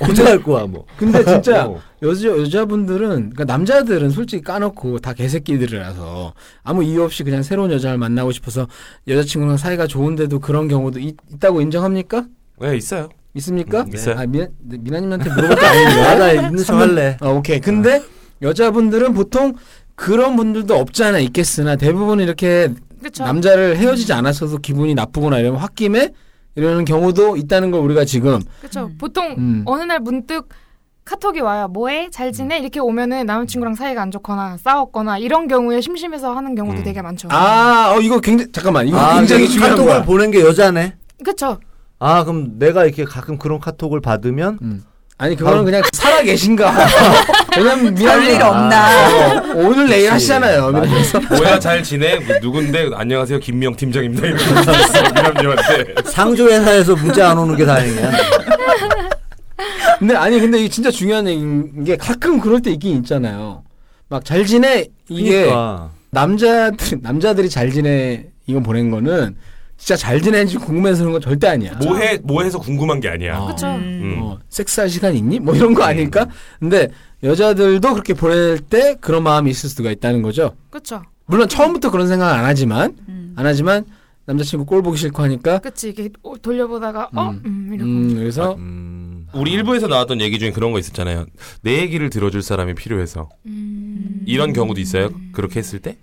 혼날 거야 뭐. 근데 진짜 어. 여자 여자분들은 그러니까 남자들은 솔직히 까놓고 다 개새끼들이라서 아무 이유 없이 그냥 새로운 여자를 만나고 싶어서 여자친구랑 사이가 좋은데도 그런 경우도 있, 다고 인정합니까? 네 있어요. 있습니까? 음, 있어요. 아, 미나, 미나님한테 물어볼 거 아니에요. 나나 있는 척 할래. 어, 오케이. 근데 여자분들은 보통 그런 분들도 없지 않아 있겠으나 대부분 이렇게 그렇죠. 남자를 헤어지지 않았어도 기분이 나쁘거나 이러면 홧김에 이러는 경우도 있다는 걸 우리가 지금 그렇죠. 음. 보통 음. 어느 날 문득 카톡이 와요. 뭐해? 잘 지내? 이렇게 오면은 남자친구랑 사이가 안 좋거나 싸웠거나 이런 경우에 심심해서 하는 경우도 음. 되게 많죠. 아, 어, 이거 굉장히 잠깐만. 이거 아, 굉장히 근데 중요한 카톡을 거야. 보낸 게 여자네. 그렇죠. 아 그럼 내가 이렇게 가끔 그런 카톡을 받으면 음. 아니 그거는 바로- 그냥 살아 계신가. 왜냐면 별일 미안해. 아. 없나. 어, 오늘 내일 그치. 하시잖아요. 맞아. 그래서 뭐야 잘 지내? 뭐, 누군데? 안녕하세요 김명 팀장입니다. 이렇게 했어 미남님한테. 상조회사에서 문자 안 오는 게 다행이야. 근데 아니 근데 이게 진짜 중요한 얘기인 게 가끔 그럴 때 있긴 있잖아요. 막 잘 지내 이게 그러니까. 남자들 남자들이 잘 지내 이건 보낸 거는 진짜 잘 지내는지 궁금해서 그런 건 절대 아니야. 뭐해 뭐해서 궁금한 게 아니야. 어. 그렇죠. 음. 어, 섹스할 시간 있니? 뭐 이런 거 음. 아닐까? 근데 여자들도 그렇게 보낼 때 그런 마음이 있을 수가 있다는 거죠. 그렇죠. 물론 처음부터 그런 생각 안 하지만 안 하지만 남자친구 꼴 보기 싫고 하니까 그치 이렇게 오- 돌려보다가 어? 음. 음, 이러고 음 그래서 음. 우리 일부에서 나왔던 얘기 중에 그런 거 있었잖아요. 내 얘기를 들어줄 사람이 필요해서 음. 이런 경우도 있어요. 그렇게 했을 때?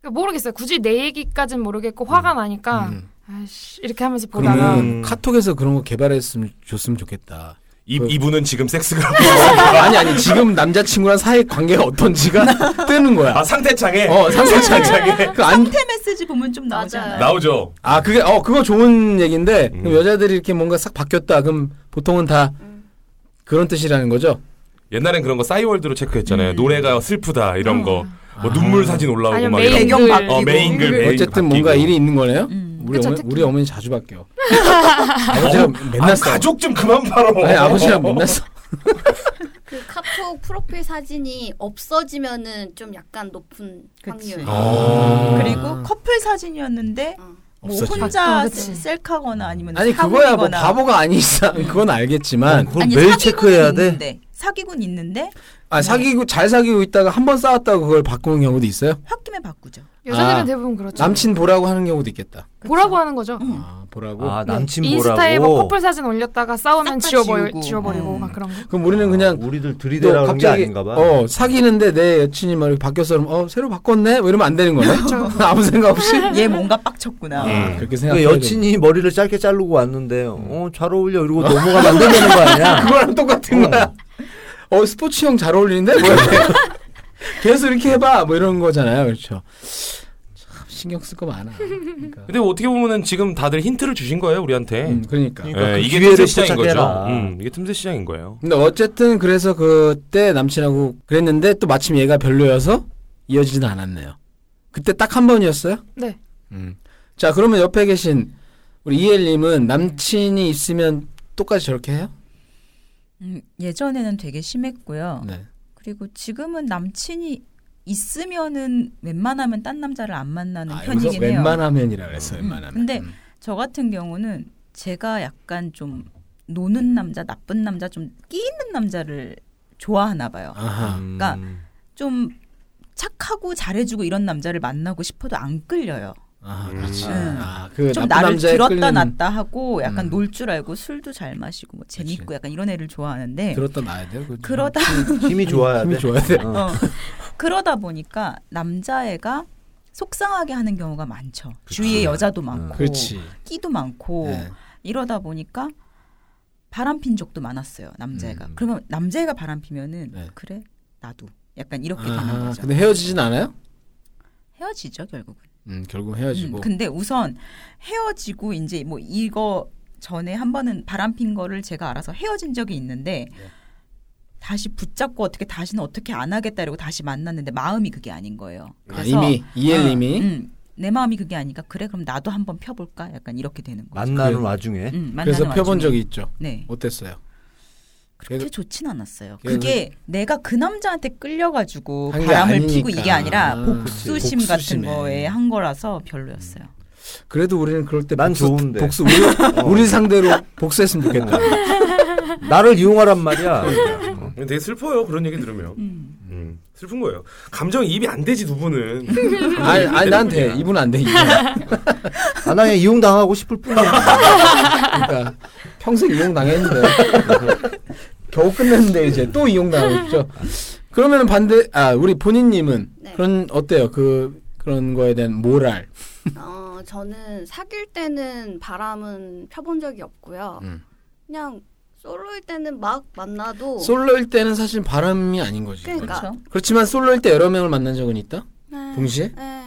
그러니까 모르겠어요. 굳이 내 얘기까진 모르겠고 화가 나니까 음. 아이씨 이렇게 하면서 보다가 그러면 음. 카톡에서 그런 거 개발했으면 좋으면 좋겠다. 이, 그- 이분은 지금 섹스가 아니 아니 지금 남자친구랑 사이 관계가 어떤지가 뜨는 거야. 아 상태창에 어 상상차게. 그안 상태 메시지 보면 좀 나오잖아요. 맞아요. 나오죠. 아 그게 어 그거 좋은 얘기인데 그럼 음. 여자들이 이렇게 뭔가 싹 바뀌었다 그럼 보통은 다 그런 뜻이라는 거죠. 옛날엔 그런 거 싸이월드로 체크했잖아요. 음. 노래가 슬프다 이런 거. 뭐 아. 눈물 사진 올라오고 아니면 어, 막 메인 이런 거. 배경 글. 바뀌고. 어, 메인글 메인 어쨌든 뭔가 일이 있는 거네요. 음. 우리 그쵸, 어머니, 특히. 우리 어머니 자주 바뀌어. 아버지가 맨날 아, 싸워. 가족 좀 그만 팔어. 아니 뭐. 아버지랑 맨날 싸워. 그 카톡 프로필 사진이 없어지면은 좀 약간 높은 그치. 확률. 아. 그리고 커플 사진이었는데 뭐 없어지. 혼자 아, 그치. 셀카거나 아니면 아니 그거야 뭐 사귀거나 바보가 아닌 이상 음. 그건 알겠지만 그걸 아니, 매일 사귀고는 체크해야 돼. 있는데, 사귀곤 있는데 네. 아 사귀고 잘 사귀고 있다가 한 번 싸웠다고 그걸 바꾸는 경우도 있어요. 홧김에 바꾸죠. 여자들은 아, 대부분 그렇죠. 남친 보라고 하는 경우도 있겠다. 보라고 하는 거죠. 응. 아 보라고. 음, 아 남친 보라고. 인스타에 뭐 커플 사진 올렸다가 싸우면 싹다 지워버리, 지우고. 지워버리고 음. 막 그런 거. 그럼 우리는 그냥 우리들 너 들이대라 그런 아, 게 아닌가 봐. 어 사귀는데 내 여친이 막 이렇게 바뀌었어 그럼 어 새로 바꿨네 뭐 이러면 안 되는 거네. 아무 생각 없이. 얘 뭔가 빡쳤구나. 아, 그렇게 생각. 그렇죠. 예. 그러니까 여친이 머리를 짧게 자르고 왔는데 음. 어잘 어울려 이러고 넘어가면 안 되는 거 아니야? 그거랑 똑같은 거야. 어 스포츠형 잘 어울리는데 뭐 이렇게. 계속 이렇게 해봐 뭐 이런 거잖아요 그렇죠. 참 신경 쓸 거 많아. 그러니까. 근데 어떻게 보면은 지금 다들 힌트를 주신 거예요 우리한테. 음, 그러니까. 그러니까 예, 그 이게 기회를 틈새 시장인 거죠. 포착해라. 음, 이게 틈새 시장인 거예요. 근데 어쨌든 그래서 그때 남친하고 그랬는데 또 마침 얘가 별로여서 이어지진 않았네요. 그때 딱 한 번이었어요? 네. 음. 자 그러면 옆에 계신 우리 이엘님은 남친이 있으면 똑같이 저렇게 해요? 음, 예전에는 되게 심했고요. 네. 그리고 지금은 남친이 있으면은 웬만하면 딴 남자를 안 만나는 아, 여기서 네, 편이긴 해요. 웬만하면이라 그랬어 웬만하면. 근데 음. 저 같은 경우는 제가 약간 좀 노는 남자, 나쁜 남자, 좀 끼있는 남자를 좋아하나 봐요. 아하. 음. 그러니까 좀 착하고 잘해주고 이런 남자를 만나고 싶어도 안 끌려요. 아 그렇지. 음. 아그 좀 네, 나쁜 나를 남자에 들었다 끌리는 놨다 하고 약간 음. 놀 줄 알고 술도 잘 마시고 뭐 재밌고 그치. 약간 이런 애를 좋아하는데 들었다 놔야 돼요. 그거 좀. 그러다 힘이 좋아야 힘이 돼. 좋아야 돼. 어. 어. 그러다 보니까 남자애가 속상하게 하는 경우가 많죠. 주위에 여자도 많고 음. 그렇지. 끼도 많고 네. 이러다 보니까 바람핀 적도 많았어요 남자애가. 음. 그러면 남자애가 바람피면은 네. 그래 나도 약간 이렇게 가는 아, 거죠. 근데 헤어지진 않아요? 헤어지죠 결국은. 음, 결국 음, 헤어지고. 근데 우선 헤어지고 이제 뭐 이거 전에 한 번은 바람핀 거를 제가 알아서 헤어진 적이 있는데 네. 다시 붙잡고 어떻게 다시는 어떻게 안 하겠다 이러고 다시 만났는데 마음이 그게 아닌 거예요. 아, 그래서 이미 이엘님이 음, 내 마음이 그게 아니까 그래 그럼 나도 한번 펴볼까 약간 이렇게 되는 거죠. 만나는 그래요. 와중에 음, 만나는 그래서 펴본 와중에. 적이 있죠. 네 어땠어요? 그렇게 그래도- 좋진 않았어요. 그래도- 그게 내가 그 남자한테 끌려가지고 한게 바람을 피고 아니니까. 이게 아니라 아, 복수심 그치. 같은 복수심에. 거에 한 거라서 별로였어요. 그렇죠. 그래도 우리는 그럴 때 난 복수, 좋은데. 어. 음. 복수 우리 우리 상대로 복수했으면 좋겠다. 나를 이용하란 말이야. 그러니까. 어. 되게 슬퍼요 그런 얘기 들으면. 음, 슬픈 거예요. 감정 이입이 안 되지 두 분은. 아니, 아니 음. 난돼 이분 안 돼. 이분. 아, 나 그냥 이용당하고 싶을 뿐이야. 그러니까 평생 이용 당했는데 겨우 끝냈는데 이제 또 이용 당하고 있죠. 그러면 반대 아 우리 본인님은 네. 그런 어때요 그 그런 거에 대한 모랄. 어, 저는 사귈 때는 바람은 펴본 적이 없고요. 음. 그냥 솔로일 때는 막 만나도 솔로일 때는 사실 바람이 아닌 거지. 그러니까. 그렇죠? 그렇지만 솔로일 때 여러 명을 만난 적은 있다? 네, 동시에? 네.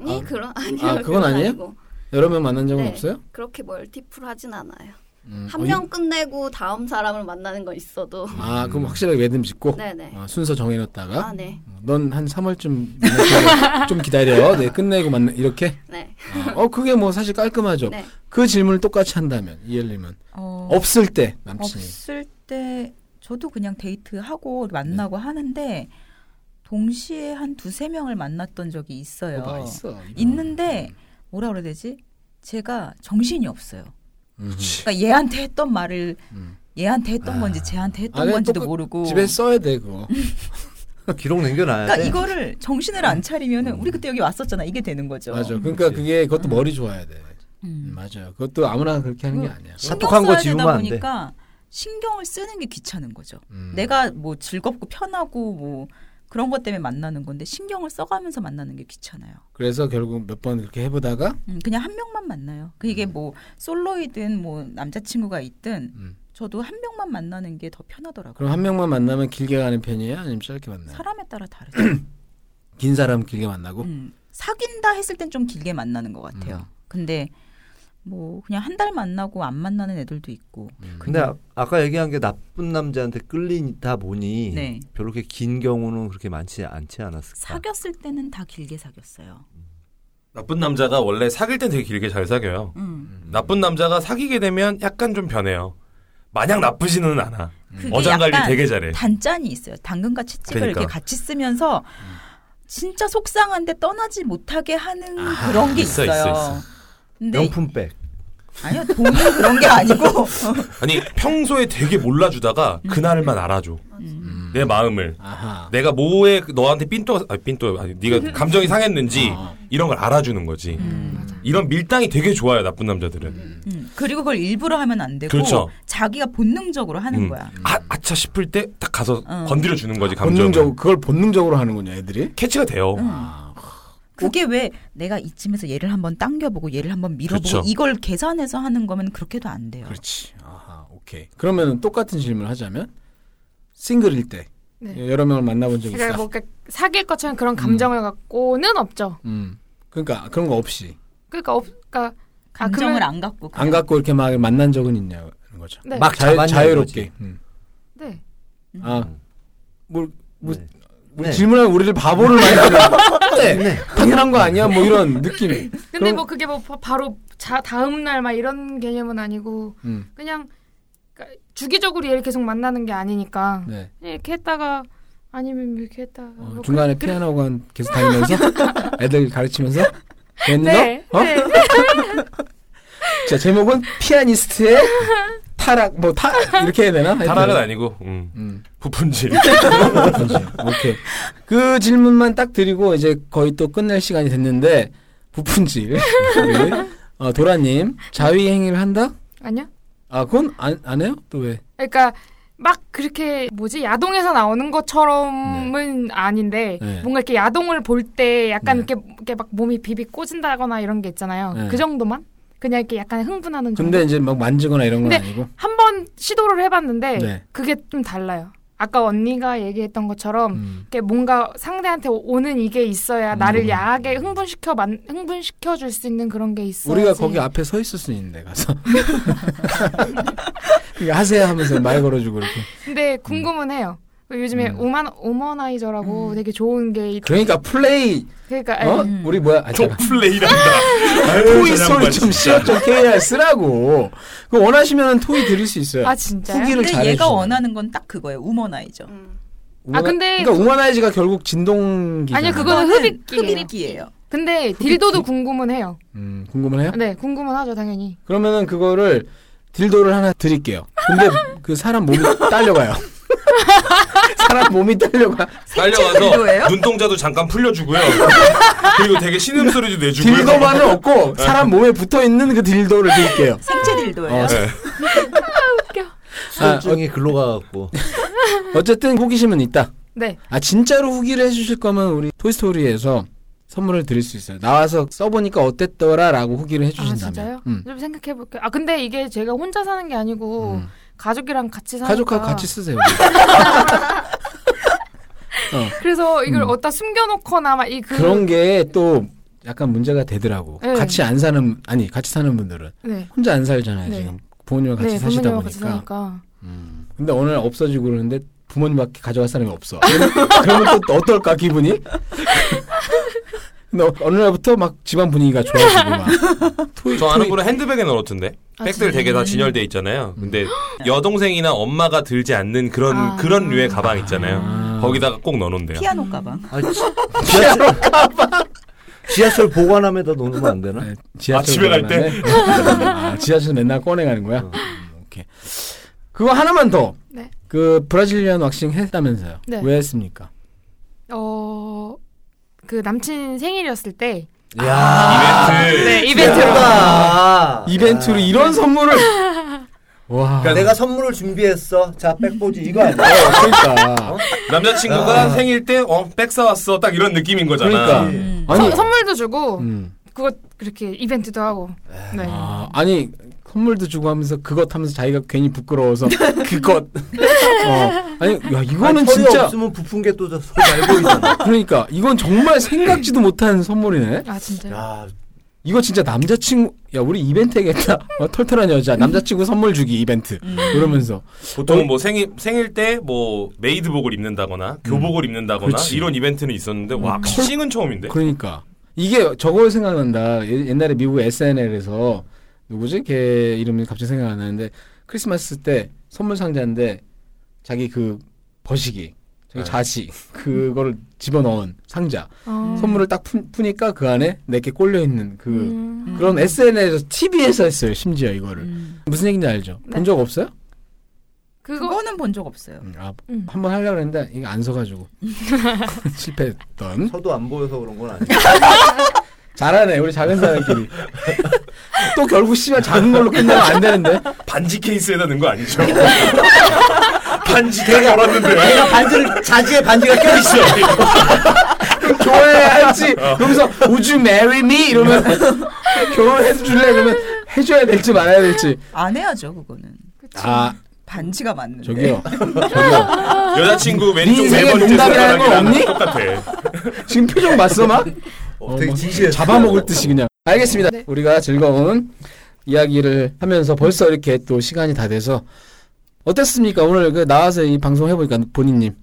아니 아, 그런 아니요. 아, 그건 그건 아니에요? 아니고. 여러 명 만난 적은 네. 없어요? 그렇게 멀티플 하진 않아요. 음, 한 어, 명 끝내고 다음 사람을 만나는 건 있어도. 이- 아 그럼 확실하게 매듭 짓고 네네. 어, 순서 정해놨다가 어, 아, 네. 넌 한 3월쯤 만날 거야. 좀 기다려. 네 끝내고 만나 이렇게. 네. 아, 어 그게 뭐 사실 깔끔하죠. 네. 그 질문을 똑같이 한다면 이엘님은 어, 없을 때 남친이 없을 때 저도 그냥 데이트하고 만나고 네. 하는고 동시에 한 두세 명을 만났던 적이 있어요. 뭐 봐 있어. 있는데 뭐라 그래야 되지? 제가 정신이 없어요. 음. 그러니까 얘한테 했던 말을 음. 얘한테 했던 아. 건지 쟤한테 아, 했던 그냥 건지도 똑같- 모르고 집에 써야 돼 그거. 기록 남겨놔야 그러니까 돼. 이거를 정신을 음. 안 차리면은 우리 그때 여기 왔었잖아 이게 되는 거죠. 맞아. 그러니까 그치. 그게 그것도 머리 좋아야 돼. 음, 음. 맞아요. 그것도 아무나 그렇게 하는 게 음. 아니야. 신경 카톡한 거 써야 되다 지우면 안 돼. 보니까 신경을 쓰는 게 귀찮은 거죠. 음. 내가 뭐 즐겁고 편하고 뭐 그런 것 때문에 만나는 건데 신경을 써가면서 만나는 게 귀찮아요. 그래서 결국 몇 번 그렇게 해보다가 음, 그냥 한 명만 만나요. 그게 음. 뭐 솔로이든 뭐 남자친구가 있든 음. 저도 한 명만 만나는 게 더 편하더라고요. 그럼 한 명만 만나면 길게 가는 편이에요, 아니면 짧게 만나요? 사람에 따라 다르죠. 긴 사람 길게 만나고. 음, 사귄다 했을 땐 좀 길게 만나는 것 같아요. 음. 근데 뭐 그냥 한 달 만나고 안 만나는 애들도 있고. 근데 음. 아- 아까 얘기한 게 나쁜 남자한테 끌리다 보니 네. 별로 그렇게 긴 경우는 그렇게 많지 않지 않았을까? 사귀었을 때는 다 길게 사귀었어요. 나쁜 남자가 원래 사귈 땐 되게 길게 잘 사겨요. 음. 나쁜 남자가 사귀게 되면 약간 좀 변해요. 마냥 나쁘지는 않아. 그게 어장관리 약간 되게 잘해. 단짠이 있어요. 당근과 채찍을 그러니까. 음. 이렇게 같이 쓰면서 진짜 속상한데 떠나지 못하게 하는 그런 게 아, 있어, 있어요. 있어, 있어. 근데 명품백. 아니요 돈이 그런 게 아니고 아니 평소에 되게 몰라주다가 그날만 알아줘. 음. 내 마음을. 아하. 내가 뭐에 너한테 삔또 아니 삔또 아니 그, 네가 감정이 상했는지 아. 어. 이런 걸 알아주는 거지. 이런 밀당이 되게 좋아요 나쁜 남자들은. 음, 그리고 그걸 일부러 하면 안 되고 그렇죠. 자기가 본능적으로 하는 음. 거야. 아 아차 싶을 때 딱 가서 어. 건드려 주는 거지 감정. 아, 본능적으로 그걸 본능적으로 하는군요, 애들이. 캐치가 돼요. 아, 음. 그게 왜 내가 이쯤에서 얘를 한번 당겨보고 얘를 한번 밀어보고 그렇죠. 이걸 계산해서 하는 거면 그렇게도 안 돼요. 그렇지. 아하, 오케이. 그러면 똑같은 질문을 하자면 싱글일 때 네. 여러 명을 만나본 적 있어. 제가 뭐 그러니까 사귈 것처럼 그런 감정을 갖고는 없죠. 음. 그러니까 그런 거 없이 그러니까 없, 그러니까 감정을 그러면- 안 갖고 안 갖고 이렇게 막 만난 적은 있냐는 거죠. 네. 막 자유, 잡았냐는 자유롭게. 거지. 음. 네. 아, 뭘 뭐- 네. 우리 네. 질문할 우리를 바보를 만드는 네. 네. 당연한 거 아니야? 뭐 이런 느낌. 근데 그럼- 뭐 그게 뭐 바- 바로 자 다음 날 막 이런 개념은 아니고 음. 그냥 그러니까 주기적으로 얘를 계속 만나는 게 아니니까 네. 이렇게 했다가 아니면 이렇게 했다가 어, 뭐 중간에 피아노관 계속 다니면서 애들 가르치면서 됐너? 네, 어? 네. 자 제목은 피아니스트의 타락 뭐 타 이렇게 해야 되나? 타락은 하여튼. 아니고 음. 음. 부푼질. 그렇지. 오케이. 그 질문만 딱 드리고 이제 거의 또 끝낼 시간이 됐는데 부푼질. 우리, 어, 도라님 자위 행위를 한다? 아니요. 아 그건 안, 안 해요? 또 왜? 그러니까 막 그렇게 뭐지 야동에서 나오는 것처럼은 아닌데 네. 뭔가 이렇게 야동을 볼 때 약간 네. 이렇게, 이렇게 막 몸이 비비 꼬진다거나 이런 게 있잖아요. 네. 그 정도만? 그냥 이렇게 약간 흥분하는 정도. 근데 이제 막 만지거나 이런 건 근데 아니고. 한 번 시도를 해봤는데 네. 그게 좀 달라요. 아까 언니가 얘기했던 것처럼 음. 이렇게 뭔가 상대한테 오- 오는 이게 있어야 음. 나를 야하게 흥분시켜 만, 흥분시켜 줄 수 있는 그런 게 있어야지. 우리가 거기 앞에 서 있을 수 있는데 가서. 그러니까 하세요 하면서 말 걸어주고 이렇게. 근데 궁금은 해요. 그 요즘에 음. 오만 오머나이저라고 음. 되게 좋은 게 있- 그러니까 플레이 그러니까 어? 음. 우리 뭐야? 아, 잠깐. 플레이란다. 토이 소리 좀 시작 좀 KR 쓰라고. 그 원하시면 토이 드릴 수 있어요. 아 진짜요? 후기를 근데 잘 얘가 해주시면. 원하는 건 딱 그거예요. 우먼아이죠. 음. 아, 근데- 그러니까 우마나이즈가 결국 진동기. 아니요, 그거는 흡입기예요. 흡입기예요. 근데 딜도도 궁금은 해요. 음, 궁금해요? 네, 궁금은 하죠 당연히. 그러면은 그거를 딜도를 하나 드릴게요. 근데 그 사람 몸이 딸려가요. 사람 몸이 딸려가. 정도예요? 달려가서 눈동자도 잠깐 풀려주고요. 그리고 되게 신음소리도 내주고요. 딜도만은 없고 사람 몸에 붙어 있는 그 딜도를 드릴게요. 생체 딜도예요. 어, 아, 수증이 글로 가갖고 어쨌든 호기심은 있다. 네, 아 진짜로 후기를 해주실 거면 우리 토이스토리에서 선물을 드릴 수 있어요. 나와서 써보니까 어땠더라라고 후기를 아 해주신다면. 진짜요? 음. 좀 생각해 볼게요. 아 근데 이게 제가 혼자 사는 게 아니고 음. 가족이랑 같이 사니까 가족하고 같이 쓰세요. 그래서 이걸 음. 어디다 숨겨놓거나 막 이 그, 그런 게 또 약간 문제가 되더라고. 네. 같이 안 사는 아니 같이 사는 분들은 네, 혼자 안 살잖아요 네. 지금 부모님과 같이 네 사시다 부모님하고 보니까. 같이 사니까 음. 근데 오늘 없어지고 그러는데 부모님밖에 가져갈 사람이 없어. 그러면 또 어떨까 기분이? 근데 어- 어느 날부터 막 집안 분위기가 좋아지고 막. 토이, 저 아는 토이- 분은 핸드백에 넣어놓던데. 아, 백들 되게 다 진열돼 있잖아요. 근데 여동생이나 엄마가 들지 않는 그런 아. 그런 류의 가방 있잖아요. 아. 거기다가 꼭 넣어놓는데요. 피아노 가방. 아, 지, 지하철 지하철 보관함에다 놓으면 안 되나? 네, 지하철 아, 집에 갈 때? 가면은- 아, 지하철 맨날 꺼내가는 거야. 음, 오케이. 그거 하나만 더. 네. 그 브라질리언 왁싱 했다면서요. 네. 왜 했습니까? 어그 남친 생일이었을 때 이벤트. 네, 이벤트로 아, 이벤트로 이런 선물을. 와. 그러니까 내가 선물을 준비했어. 자, 백보지 이거 아니야? 어, 그러니까. 남자친구가 생일 때어 백사왔어 딱 이런 느낌인 거잖아. 그러니까. 음. 아니. 선- 선물도 주고 음. 그거 그렇게 이벤트도 하고 네. 아, 아니 선물도 주고 하면서 그것 하면서 자기가 괜히 부끄러워서 그것. 어. 아니 야 이거는 아니, 털이 진짜 없으면 부푼 게또 소리 잘 보이잖아. 그러니까 이건 정말 생각지도 못한 선물이네. 아 진짜 요 야, 이거 진짜 남자친구 야 우리 이벤트 하겠다. 어, 털털한 여자 남자친구 선물 주기 이벤트. 음. 이러면서 보통은 뭐 생일 생일 때 뭐 메이드복을 입는다거나 교복을 입는다거나 그렇지. 이런 이벤트는 있었는데 와 싱은 음. 처음인데. 그러니까 이게 저거 생각난다. 예- 옛날에 미국 SNL에서 누구지? 걔 이름이 갑자기 생각 안 나는데 크리스마스 때 선물 상자인데 자기 그 버시기, 자기 네. 자식 그거를 집어넣은 상자 어. 선물을 딱 푸, 니까그 안에 내게 꼴려 있는 그 음. 그런 SNL에서 TV에서 했어요. 심지어 이거를 음. 무슨 얘기인지 알죠? 네. 본 적 없어요? 그거 그거는 본 적 없어요. 음, 아, 음. 한번 하려고 했는데 이게 안 서가지고 실패했던. 서도 안 보여서 그런 건 아니야. 잘하네 우리 작은 사람끼리 또 결국 씨가 작은 걸로 끝나면 안 되는데 반지 케이스에다 넣은 거 아니죠? 반지 되게 얼었는데. 내가 반지를 자지에 반지가 껴 있어. 좋아할지 어. 그러면서 Would you marry me? 이러면 결혼해 줄래? 그러면 해줘야 될지 말아야 될지 안 해야죠, 그거는. 아 반지가 맞는데. 저기요 네. 저기요 여자친구 네 왼쪽 네 인생에 번째 농담이라는 거 손가락이랑 없니? 똑같아. 지금 표정 봤어 막? 어, 되게 막 진지해. 잡아먹을 듯이 그냥 알겠습니다 네. 우리가 즐거운 이야기를 하면서 벌써 이렇게 또 시간이 다 돼서 어땠습니까 오늘 그 나와서 이 방송 해보니까 본인님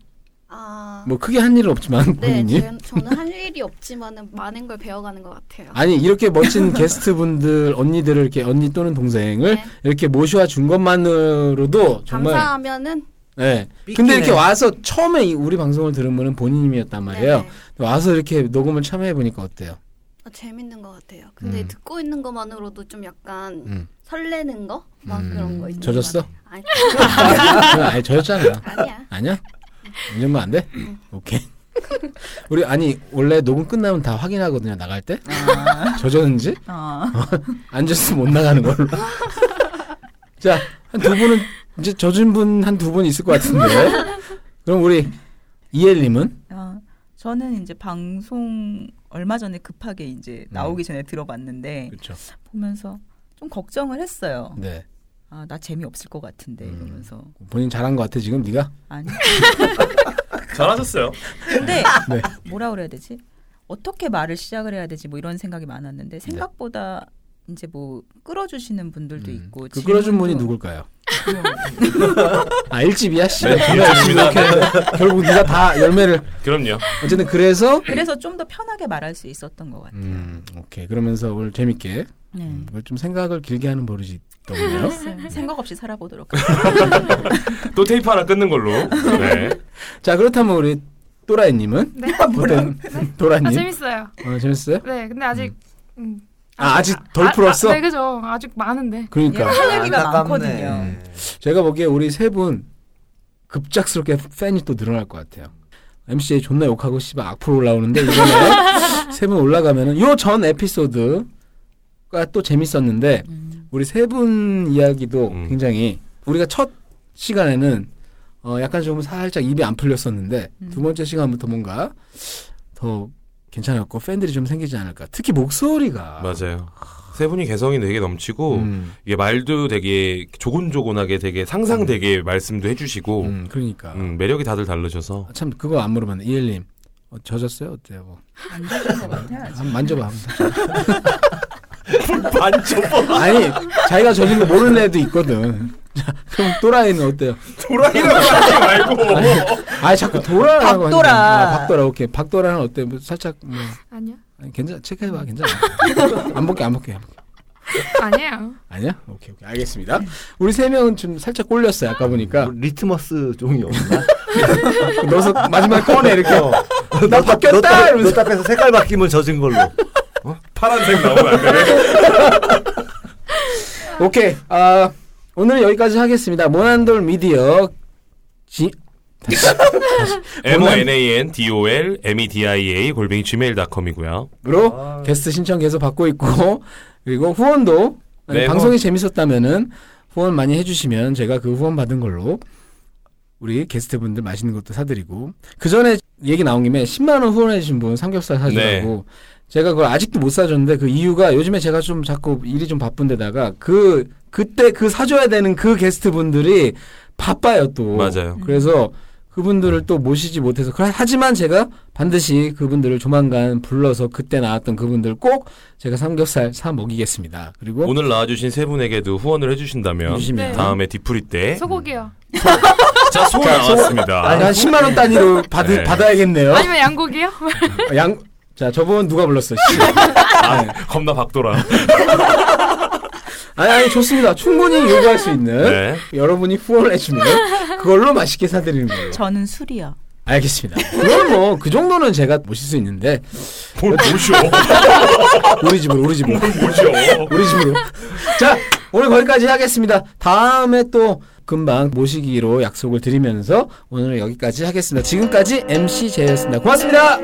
아, 뭐 크게 한 일은 없지만 네, 본인님 제- 저는 할 일이 없지만은 많은 걸 배워가는 것 같아요. 아니 이렇게 멋진 게스트분들 언니들을 이렇게 언니 또는 동생을 네. 이렇게 모셔와 준 것만으로도 정말 감사하면은 예. 삐끼네. 근데 이렇게 와서 처음에 이 우리 방송을 들은 분은 본인님이었단 말이에요. 네, 와서 이렇게 녹음을 참여해 보니까 어때요? 아, 재밌는 것 같아요. 근데 음. 듣고 있는 것만으로도 좀 약간 음. 설레는 거? 막 음. 그런 거 있는 젖었어? 것 같아요. 아니 저였잖아. 아니, 아니야. 아니야? 이 정도 안 돼? 오케이. 우리 아니 원래 녹음 끝나면 다 확인하거든요 나갈 때 아, 젖었는지 아. 앉았으면 못 나가는 걸로. 자, 한 두 분은 이제 젖은 분 한 두 분 있을 것 같은데. 그럼 우리 이엘님은 아, 저는 이제 방송 얼마 전에 급하게 이제 나오기 전에 들어봤는데 네. 그렇죠. 보면서 좀 걱정을 했어요. 네. 아, 나 재미없을 것 같은데 음. 이러면서. 본인 잘한 것 같아 지금 네가. 아니. 잘하셨어요. 근데 네. 뭐라 그래야 되지? 어떻게 말을 시작을 해야 되지? 뭐 이런 생각이 네. 많았는데 생각보다 이제 뭐 끌어주시는 분들도 음. 있고 그 끌어준 분이 질문도- 누굴까요? 아 일집이야 네, 씨. 일집입니다. 결국 네가 다 열매를. 그럼요. 어쨌든 그래서. 그래서 좀 더 편하게 말할 수 있었던 것 같아요. 음 오케이 그러면서 오늘 재밌게 네. 음, 그걸 좀 생각을 길게 하는 버릇이 있더군요. 생각 없이 살아보도록. 그러니까. 또 테이프 하나 끊는 걸로. 네. 자 그렇다면 우리 또라이님은 네. 어떤 아, 또라이님 재밌어요. 어, 재밌어요? 네, 근데 아직 음. 아, 아직 덜 아, 풀었어? 아, 네, 그죠. 아직 많은데. 그러니까 예, 할 얘기가 안타깝네. 많거든요. 제가 보기에 우리 세 분 급작스럽게 팬이 또 늘어날 것 같아요. MCA 존나 욕하고 씨발 악플 올라오는데 이번에 세 분 올라가면은 요 전 에피소드가 또 재밌었는데 음. 우리 세 분 이야기도 음. 굉장히 우리가 첫 시간에는 어 약간 좀 살짝 입이 안 풀렸었는데 음. 두 번째 시간부터 뭔가 더 괜찮았고 팬들이 좀 생기지 않을까. 특히 목소리가 맞아요. 세 분이 개성이 되게 넘치고 음, 이게 말도 되게 조곤조곤하게 되게 상상되게 말씀도 해주시고 음, 그러니까 음, 매력이 다들 다르셔서 아, 참 그거 안 물어봤네 이엘님 어, 젖었어요 어때요? 뭐. 안 되는 것 같아요. 한번 만져봐. 한번. 반쪽 아니 자기가 젖은 거 모르는 애도 있거든. 자, 그럼 또라이는 어때요? 도라이라고 하지 말고 아 자꾸 도라라고 박도라. 하니까. 아, 박도라 오케이. 박도라는 어때? 뭐 살짝 뭐 아니요. 아니, 괜찮아 체크해봐 괜찮아. 안 볼게 안 볼게 안 볼게. 아니에요. 아니야? 오케이 오케이 알겠습니다. 우리 세 명은 좀 살짝 꼴렸어요 아까 보니까. 리트머스 종이 없나? 넣어서 마지막에 꺼내 이렇게. 나 너 딱- 바뀌었다! 너 딱- 이러면서. 너 딱해서 색깔 바뀜을 젖은 걸로. 어? 파란색 나오면 안 되네. 오케이. 아 오늘 여기까지 하겠습니다. 모난돌 미디어 지 M O N A N D O L M E D I A 골뱅이 gmail.com이고요. 으로 아. 예. 게스트 신청 계속 받고 있고 그리고 후원도 아니, 네, 방송이 재밌었다면은 후원 많이 해주시면 제가 그 후원 받은 걸로 우리 게스트분들 맛있는 것도 사드리고 그 전에 얘기 나온 김에 10만 원 후원해주신 분 삼겹살 네. 사주라고 제가 그걸 아직도 못 사줬는데 그 이유가 요즘에 제가 좀 자꾸 일이 좀 바쁜데다가 그 그때 그 사줘야 되는 그 게스트분들이 바빠요 또 맞아요. 그래서 그분들을 또 모시지 못해서 그래, 하지만 제가 반드시 그분들을 조만간 불러서 그때 나왔던 그분들 꼭 제가 삼겹살 사 먹이겠습니다. 그리고 오늘 나와주신 세 분에게도 후원을 해주신다면 해주시면 네. 다음에 디프리 예? 때 소고기요. 자, 소원 자, 소원. 나왔습니다. 아니, 한 10만 원 단위로 받, 네. 받아야겠네요. 아, 아니면 양고기요? 양 자, 저분 누가 불렀어? 씨. 네. 아, 겁나 박도라. 아니, 아니, 좋습니다. 충분히 요구할 수 있는 네. 여러분이 후원을 해주면 그걸로 맛있게 사드리는 걸로. 저는 술이요. 알겠습니다. 그건 뭐, 그 정도는 제가 모실 수 있는데, 뭘 모셔. 우리 집으로, 우리 집으로. 모셔. 우리 집으로. 자, 오늘 거기까지 하겠습니다. 다음에 또 금방 모시기로 약속을 드리면서 오늘 은 여기까지 하겠습니다. 지금까지 MC 제였습니다. 고맙습니다.